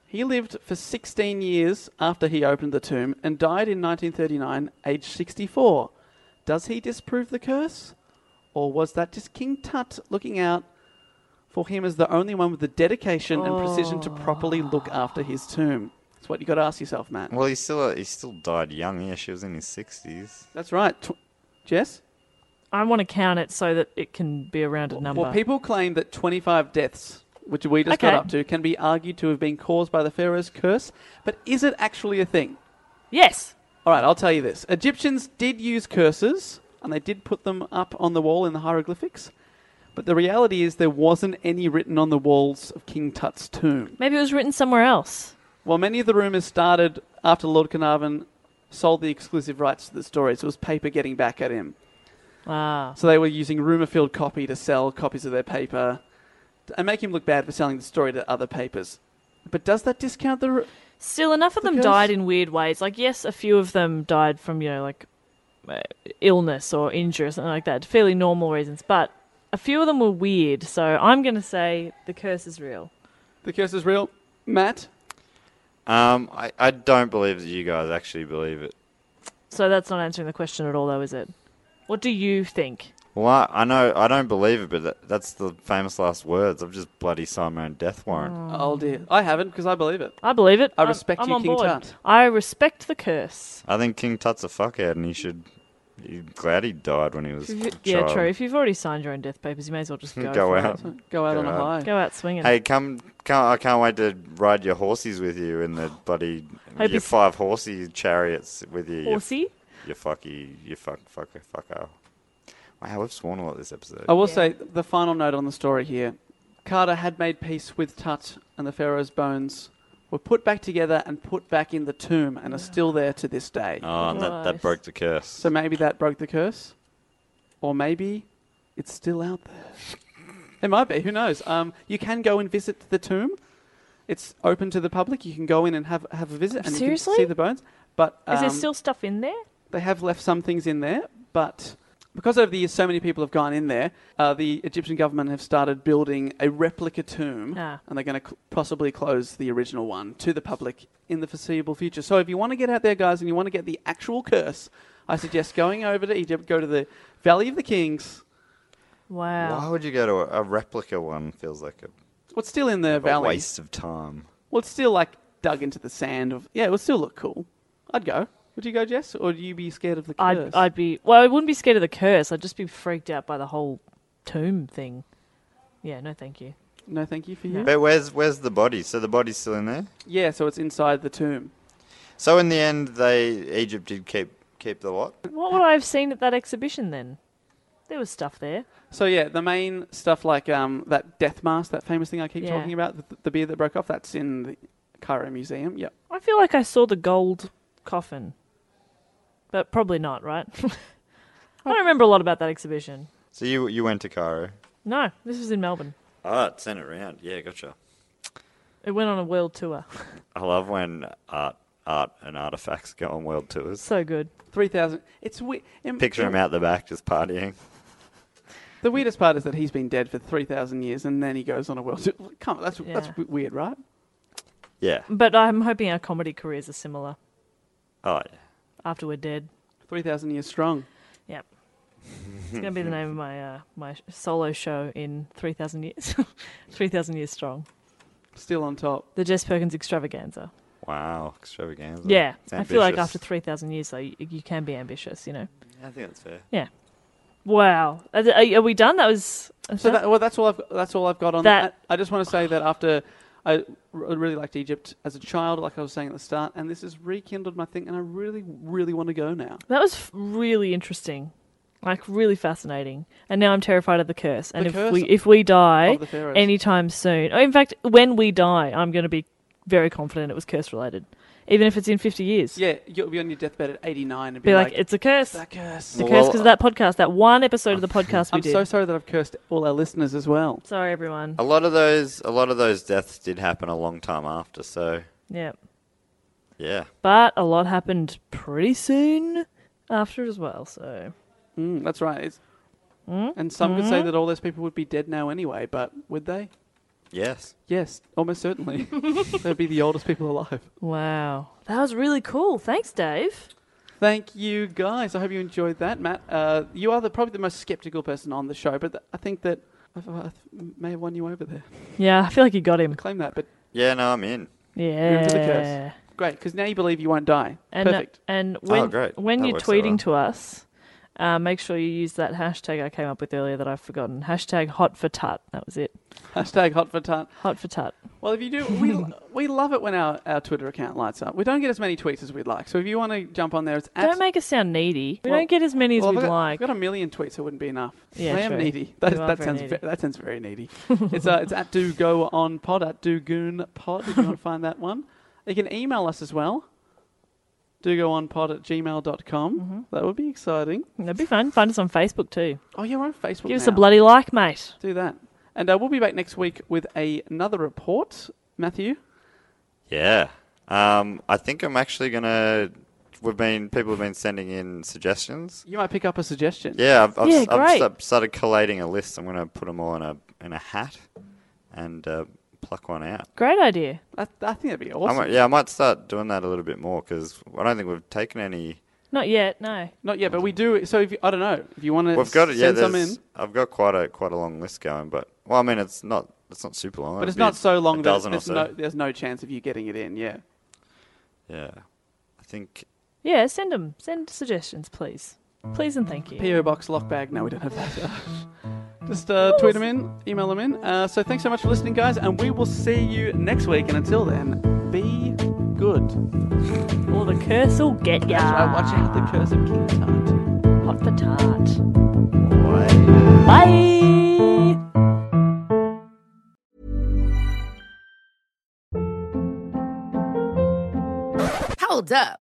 he lived for 16 years after he opened the tomb and died in 1939, aged 64. Does he disprove the curse? Or was that just King Tut looking out for him as the only one with the dedication and precision to properly look after his tomb? That's what you got to ask yourself, Matt. Well, he still he still died young. Yeah, she was in his sixties. That's right. Tw- Jess? I want to count it so that it can be a rounded number. Well, people claim that 25 deaths, which we just got Okay. up to, can be argued to have been caused by the Pharaoh's curse, but is it actually a thing? yes. All right, I'll tell you this. Egyptians did use curses, and they did put them up on the wall in the hieroglyphics, but the reality is there wasn't any written on the walls of King Tut's tomb. Maybe it was written somewhere else. While many of the rumours started after Lord Carnarvon sold the exclusive rights to the stories, it was paper getting back at him. Ah. So they were using rumour filled copy to sell copies of their paper and make him look bad for selling the story to other papers. But does that discount the. Ru- Still, enough of them Because- died in weird ways. Like, yes, a few of them died from, you know, like uh, illness or injury or something like that. Fairly normal reasons. But a few of them were weird. So I'm going to say the curse is real. the curse is real? Matt? Um, I, I don't believe that you guys actually believe it. So that's not answering the question at all, though, is it? What do you think? Well, I, I know I don't believe it, but that, that's the famous last words. I've just bloody signed my own death warrant. Oh dear. I haven't because I believe it. I believe it. I I'm- respect I'm you, on King board. Tut. I respect the curse. I think King Tut's a fuckhead, and he should. He's glad he died when he was. a Yeah, child. true. If you've already signed your own death papers, you may as well just go, [laughs] Go for out. It. Go out Go on a out. high. Go out swinging. Hey, come! Can't, I can't wait to ride your horses with you in the bloody Hope your he's- five horsey chariots with you. you- Horsey. You fucky, you fuck, fucker, fucker. Wow, we've sworn a lot this episode. I will say the final note on the story here. Carter had made peace with Tut, and the pharaoh's bones were put back together and put back in the tomb, and are still there to this day. Oh, and that, that Nice. broke the curse. So maybe that broke the curse, or maybe it's still out there. It might be. Who knows? Um, you can go and visit the tomb. It's open to the public. You can go in and have have a visit and you can Seriously? see the bones. But Is there um, still stuff in there? they have left some things in there, but because over the years so many people have gone in there, uh, the Egyptian government have started building a replica tomb, Ah. and they're going to cl- possibly close the original one to the public in the foreseeable future. So if you want to get out there, guys, and you want to get the actual curse, I suggest going over to Egypt, go to the Valley of the Kings. Wow. Why would you go to a, a replica one? Feels like a, What's still in the a valley? waste of time. Well, it's still like dug into the sand of. Yeah, it would still look cool. I'd go. Would you go, Jess, or do you be scared of the curse? I'd, I'd be. Well, I wouldn't be scared of the curse. I'd just be freaked out by the whole tomb thing. Yeah, no, thank you. No, thank you for you. But where's where's the body? So the body's still in there. Yeah, so it's inside the tomb. So in the end, they Egypt did keep keep the lot. What would I have seen at that exhibition then? There was stuff there. So yeah, the main stuff like um, that death mask, that famous thing I keep Yeah. talking about, the, the beard that broke off, that's in the Cairo Museum. Yep. I feel like I saw the gold coffin, but probably not. Right? [laughs] I don't remember a lot about that exhibition. So you you went to Cairo. No, this was in Melbourne. Art sent Ah, it around. Yeah, gotcha. It went on a world tour. [laughs] I love when art art and artifacts go on world tours. so good. Three thousand. It's we- im- Picture him out the back just partying. The weirdest part is that he's been dead for three thousand years, and then he goes on a world. tour. [laughs] Come, on, that's that's Yeah. w- weird, right? Yeah. But I'm hoping our comedy careers are similar Oh yeah. after we're dead. Three thousand years strong. Yep. It's going to be the name of my uh, my solo show in 3,000 years. [laughs] 3,000 years strong. Still on top. The Jess Perkins extravaganza. Oh, Wow, extravaganza. yeah. It's I feel like ambitious. after 3,000 years, though, you, you can be ambitious, you know. I think that's fair. Wow. Are, th- are, are we done? That was. is So that- that, well, that's all I've that's all I've got on that. That- I, I just want to say that after I r- really liked Egypt as a child, like I was saying at the start, and this has rekindled my thing, and I really really want to go now. that was f- really interesting. Like, really fascinating. And now I'm terrified of the curse. And The if curse we if we die of the pharaohs. anytime soon, oh, in fact, when we die, I'm going to be very confident it was curse related, even if it's in 50 years. Yeah, you'll be on your deathbed at 89 and be, Be like, it's a curse. that curse. It's a Well, curse because of that podcast, that one episode of the podcast we [laughs] I'm did. so sorry Oh. that I've cursed all our listeners as well. Sorry, everyone. A lot of those, a lot of those deaths did happen a long time after. So Yeah. Yeah. But a lot happened pretty soon after as well. So Mm, that's right. It's, Mm? And some could Mm-hmm. say that all those people would be dead now anyway, but would they? Yes. Yes, [laughs] almost certainly. They'd be the oldest people alive. wow, that was really cool. Thanks, Dave. Thank you, guys. I hope you enjoyed that, Matt. Uh, you are the, probably the most skeptical person on the show, but th- I think that I've, I may have won you over there. Yeah, I feel like you got him. Claim that, but Yeah, no, I'm in. you're into the Yeah. curse. Great, because now you believe you won't die. And uh, Perfect. [laughs] and when Oh, great. when That you're works out well. tweeting to us, uh, make sure you use that hashtag I came up with earlier that I've forgotten. Hashtag hot for tut. That was it. Hashtag hot for tart. Hot for tut. Well, if you do, we, [laughs] we love it when our, our Twitter account lights up. We don't get as many tweets as we'd like, so if you want to jump on there, it's at Don't make us sound needy. We Well- don't get as many as Well, I've we'd got, like. I've got a million tweets, it wouldn't be enough. Yeah, I am true. needy. That, You is, are that very sounds needy. Ve- that sounds [laughs] very needy. it's uh, it's at do go on pod at do goon pod if you want to find that one. You can email us as well. Do go on pod at gmail.com. Mm-hmm. That would be exciting. That'd be fun. Find us on Facebook too. Oh yeah, we're on Facebook. Give us now. a bloody like, mate. do that. And uh, we'll be back next week with a, another report. Matthew, Yeah. Um, I think I'm actually gonna. We've been people have been sending in suggestions. you might pick up a suggestion. Yeah, I've, I've, Yeah, s- I've great. sta- started collating a list. I'm gonna put them all in a in a hat and uh, pluck one out. Great idea. I, I think that'd be I awesome. might, yeah, I might start doing that a little bit more because I don't think we've taken any. Not yet. No. Not yet, but we do. So if you, I don't know if you want to We've got it. Yeah, send some in. there's. I've got quite a quite a long list going, but well, I mean, it's not it's not super long. But It'd it's be not so a long that dozen or there's so. no, there's no chance of you getting it in. Yeah. Yeah, I think Yeah, send them. Send suggestions, please. Please and thank you. PO box lock bag. No, we don't have that. [laughs] Just uh, tweet them in, email them in. Uh, so thanks so much for listening, guys, and we will see you next week. And until then, be good. Or the curse will get ya. I watch out the curse of King Tut. Hot for tart. why. Bye. Hold up.